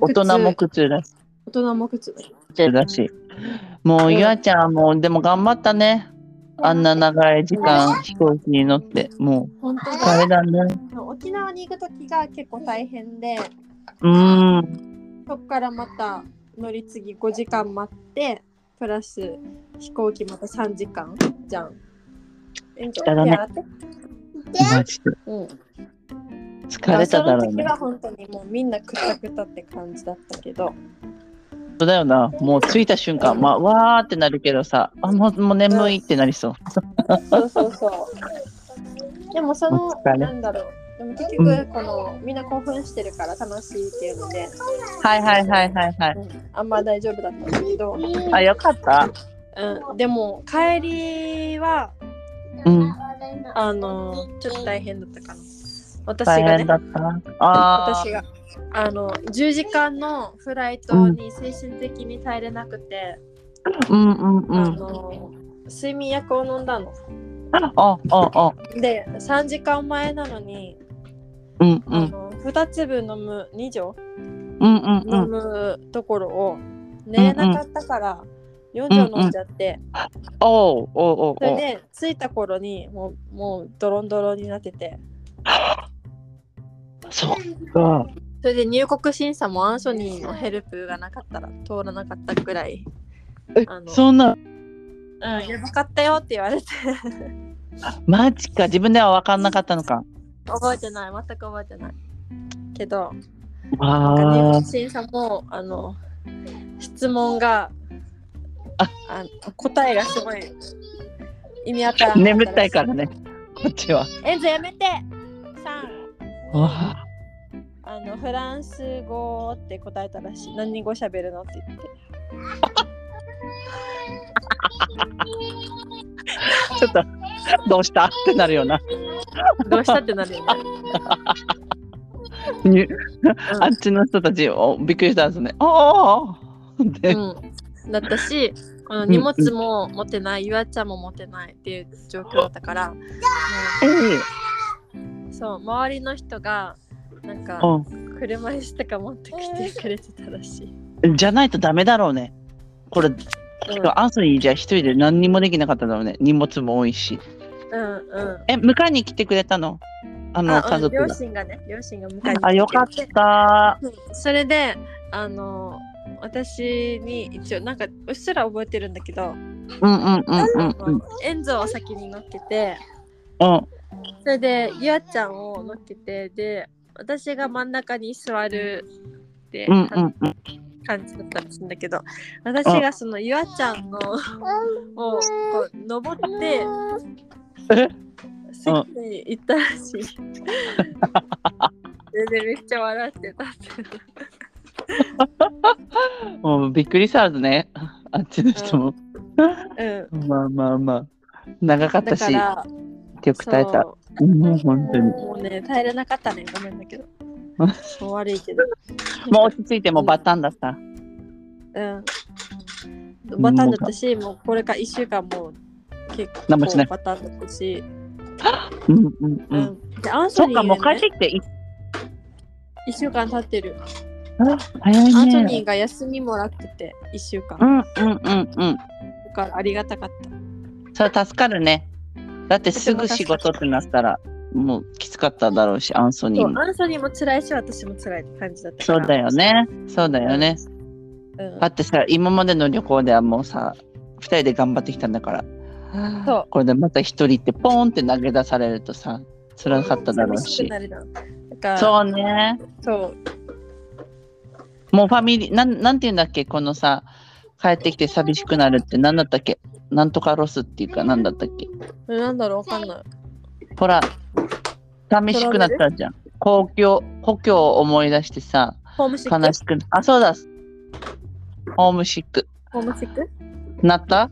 S2: 大人も苦痛だし
S1: 大人も靴だよ。
S2: だしも
S1: う
S2: うんゆあちゃんはもうでも頑張ったねあんな長い時間飛行機に乗っても
S1: 本当
S2: う疲
S1: だ。
S2: れだね
S1: 沖縄に行くときが結構大変で、
S2: うーん
S1: そこからまた乗り継ぎ5時間待って、プラス飛行機また3時間じゃん。えんちょ
S2: だね
S1: 手洗って
S2: マジで
S1: うん、
S2: 疲れただろ
S1: その
S2: う
S1: 時
S2: ね
S1: は本当にもうみんなくたくたって感じだったけど、
S2: そうだよなもう着いた瞬間まあわーってなるけどさあもうもう眠いってなりそう
S1: そうそうそう。 でもその
S2: お疲、れ
S1: なんだろう。でも結局、この、みんな興奮してるから楽しいっていうので、
S2: はいはいはいはいはい
S1: うんあんま大丈夫だったんだけど、
S2: あよかった
S1: うん、でも帰りは、
S2: うん
S1: あの、ちょっと大変だったかな。私
S2: 大
S1: がね
S2: 変、だったああ
S1: 私が、あの、10時間のフライトに精神的に耐えれなくて、
S2: うんうんう
S1: あ
S2: ん
S1: の、睡眠薬を飲んだの。
S2: あああ
S1: で、3時間前なのに、
S2: うんう
S1: あ
S2: ん
S1: の2粒飲む2錠
S2: うんうんう
S1: 飲
S2: ん
S1: むところを寝れなかったから4錠飲んじゃって、
S2: おうおうおうお
S1: そうれで着いた頃にもうもうドロンドロンになってて
S2: そっか
S1: それで入国審査もアンソニーのヘルプがなかったら通らなかったぐらい、
S2: え
S1: あの
S2: そん
S1: う
S2: な
S1: ん、やばかったよって言われて
S2: マジか自分では分かんなかったのか
S1: 覚えてない全く覚えてないけど入
S2: あ
S1: 国審査もあの質問が
S2: あ
S1: あの答えがすごい意味あったら
S2: ー眠たいからねこっちは
S1: エンゾやめて3
S2: あ
S1: あのフランス語って答えたらしい何語喋るのって言って
S2: ーちょっとどうしたってなるよな
S1: どうしたってなるよね、
S2: にあっちの人たちおびっくりしたんですねああで
S1: うんうん、だったしこの
S2: うん
S1: 荷物も持てないゆあちゃんも持てないっていう状況だったから、も
S2: ええ
S1: うそう周りの人がなんか
S2: う
S1: 車椅子とか持ってきてくれてたらしい、
S2: んじゃないとダメだろうねこれアンソニーじゃ一人で何にもできなかっただろうね荷物も多いし
S1: うん、うんうん
S2: え迎えに来てくれたのあの
S1: あ
S2: 家
S1: うん
S2: 族が
S1: 両親がね両親が迎えに来てくれて
S2: あよかった
S1: それであの私に一応なんかうっすら覚えてるんだけど、
S2: うんうんうんうんうん
S1: エンゾを先に乗っけて
S2: うん
S1: それでゆあちゃんを乗っけてで私が真ん中に座るって
S2: うんうんうん
S1: 感じだったらしいんだけど私がそのゆあちゃんのをこう登って
S2: え
S1: 席に行った らしい。それでめっちゃ笑ってたって。
S2: もうびっくりしたんですね あっちの人も、
S1: うん。
S2: まあまあまあ長かった
S1: だか
S2: し
S1: ら、
S2: よく耐えた
S1: そう
S2: うん本当に
S1: もうね、耐えれなかったね。ごめんだけど。 もう悪いけど。
S2: もう落ち着いてもうバタンだった
S1: うん。バタンだったし、もうこれから1週間も結
S2: 何もしない
S1: 構バタンだったし、
S2: うんうんう、
S1: うんん。で、アンソ
S2: そっ
S1: ニ
S2: か
S1: ー、
S2: もう帰っ
S1: ね、
S2: てきてい
S1: 1週間経ってる。
S2: あ早いね
S1: アンソニーが休みもらってて、1週間。
S2: うんうんうんうん
S1: だからありがたかった。
S2: それ助かるねだってすぐ仕事ってなったらもうきつかっただろうしアンソニ
S1: そ
S2: ー
S1: う
S2: も
S1: アンソニーも辛いし、私も辛いって感じだったから。
S2: そうだよ。ねそうだよね
S1: うん
S2: だ、ってさ今までの旅行ではもうさ2人で頑張ってきたんだから
S1: そう
S2: これでまた1人ってポーンって投げ出されるとさ辛かっただろう
S1: 寂し
S2: し
S1: くなるな。だから、そう。
S2: そうねもうファミリーなんなんていうんだっけこのさ帰ってきて寂しくなるって何だったっけなんとかロスっていうか何だったっけ
S1: えなんだろうわかんない。
S2: ほら、寂しくなったじゃん。公共、故郷を思い出してさ、
S1: ホームシック
S2: 悲しくなあ、そうだ。ホームシック。
S1: ホームシック
S2: なった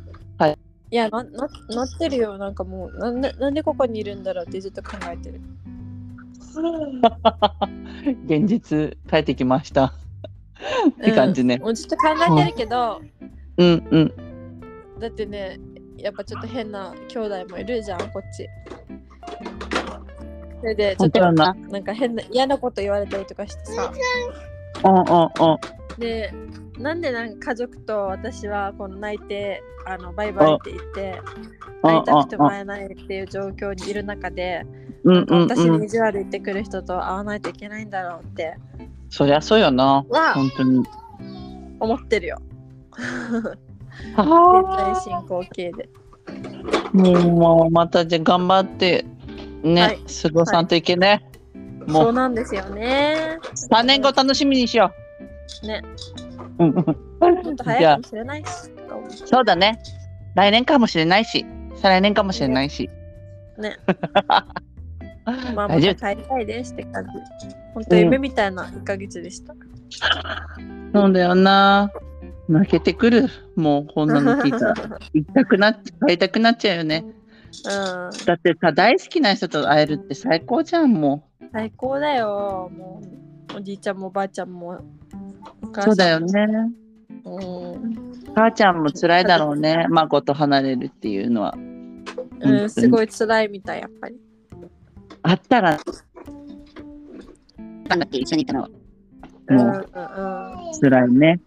S1: いやなな、なってるよ。なんかもうなんで、なんでここにいるんだろうってずっと考えてる。
S2: 現実、帰ってきました。って感じね
S1: うんもうずっと考えてるけど、
S2: うんうん。
S1: だってね、やっぱちょっと変な兄弟もいるじゃん、こっち。それで、ちょ
S2: も
S1: っ
S2: ち
S1: と
S2: ろんな。
S1: なんか変な嫌なこと言われたりとかしてさ。
S2: うんうんうん。
S1: で、なんでなんか家族と私はこの泣いて、あのバイバイって言って、会いたくても会えないっていう状況にいる中で、
S2: うん
S1: なんか
S2: うん
S1: 私
S2: う
S1: に
S2: ん。
S1: 意地悪言ってくる人と会わないといけないんだろうって
S2: そりゃそうよな。
S1: は
S2: 本当に。
S1: 思ってるよ。絶対
S2: は
S1: 進行形で。
S2: あ。もうまたじゃあ頑張ってね、
S1: はい
S2: 過ごさんといけね。
S1: そ
S2: も
S1: う
S2: う
S1: なんですよね。
S2: 3年後楽しみにしよ
S1: ね、
S2: う。うん
S1: ちょっと
S2: じ
S1: 早いか
S2: ゃあ
S1: もしれないし。
S2: そうだね。来年かもしれないし、再来年かもしれないし。
S1: ね。まあ、また
S2: 大丈
S1: 帰り
S2: 夫。
S1: たいですって感じ。本当夢みたいな1ヶ月でした。
S2: そうだよな。泣けてくる。もうこんなの聞いたら。 行きたくなっ会いたくなっちゃうよね。
S1: う
S2: だってさ、大好きな人と会えるって最高じゃん、も
S1: ん、最高だよ。もうおじいちゃんもおばあちゃんも。お
S2: う。
S1: 母さん
S2: そうだよ。ね。
S1: うん、
S2: 母ちゃんも辛いだろうね。孫と離れるっていうのは。
S1: うん、すごい辛いみたい、やっぱり。
S2: あったら。なんだっけ、一緒にいたの。も
S1: うんうん
S2: う、
S1: うん
S2: 辛いね。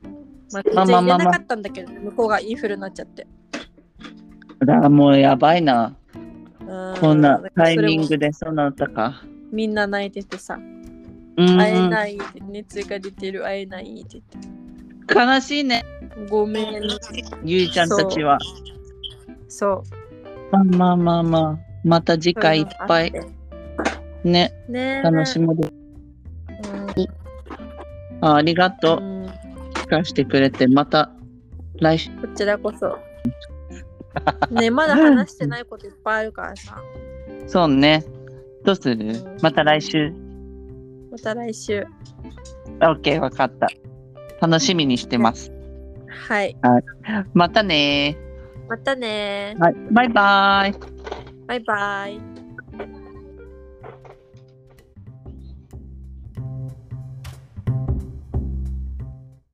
S1: まあ、
S2: ま
S1: 全然
S2: あまあ
S1: 入
S2: まあ
S1: れなかったんだけど、向こうがインフルになっちゃって。
S2: だからもうやばいな。
S1: うん
S2: こん
S1: だ
S2: な
S1: から
S2: タイ
S1: それも
S2: ミングでそうなったか。
S1: みんな泣いててさ、
S2: うん
S1: 会えない、熱が出てる、会えないって言っ
S2: 悲しいね。
S1: て。ごめん。
S2: ゆいちゃんたちは。
S1: そう。
S2: まあまあまあまあ。また次回いっぱい
S1: そううのがあ
S2: ね、
S1: って。ねえ
S2: 楽しみ
S1: う
S2: で。
S1: ん
S2: あありがとう。
S1: うん
S2: 聞かせてくれて、また来週。
S1: こちらこ そ。ねまだ話してないこといっぱいあるからさ。
S2: そうね。どうするまた来週。
S1: また来週。
S2: OK、わかった。楽しみにしてます。
S1: はい。
S2: またね
S1: またね
S2: はい、バイバイ。
S1: バイバイ。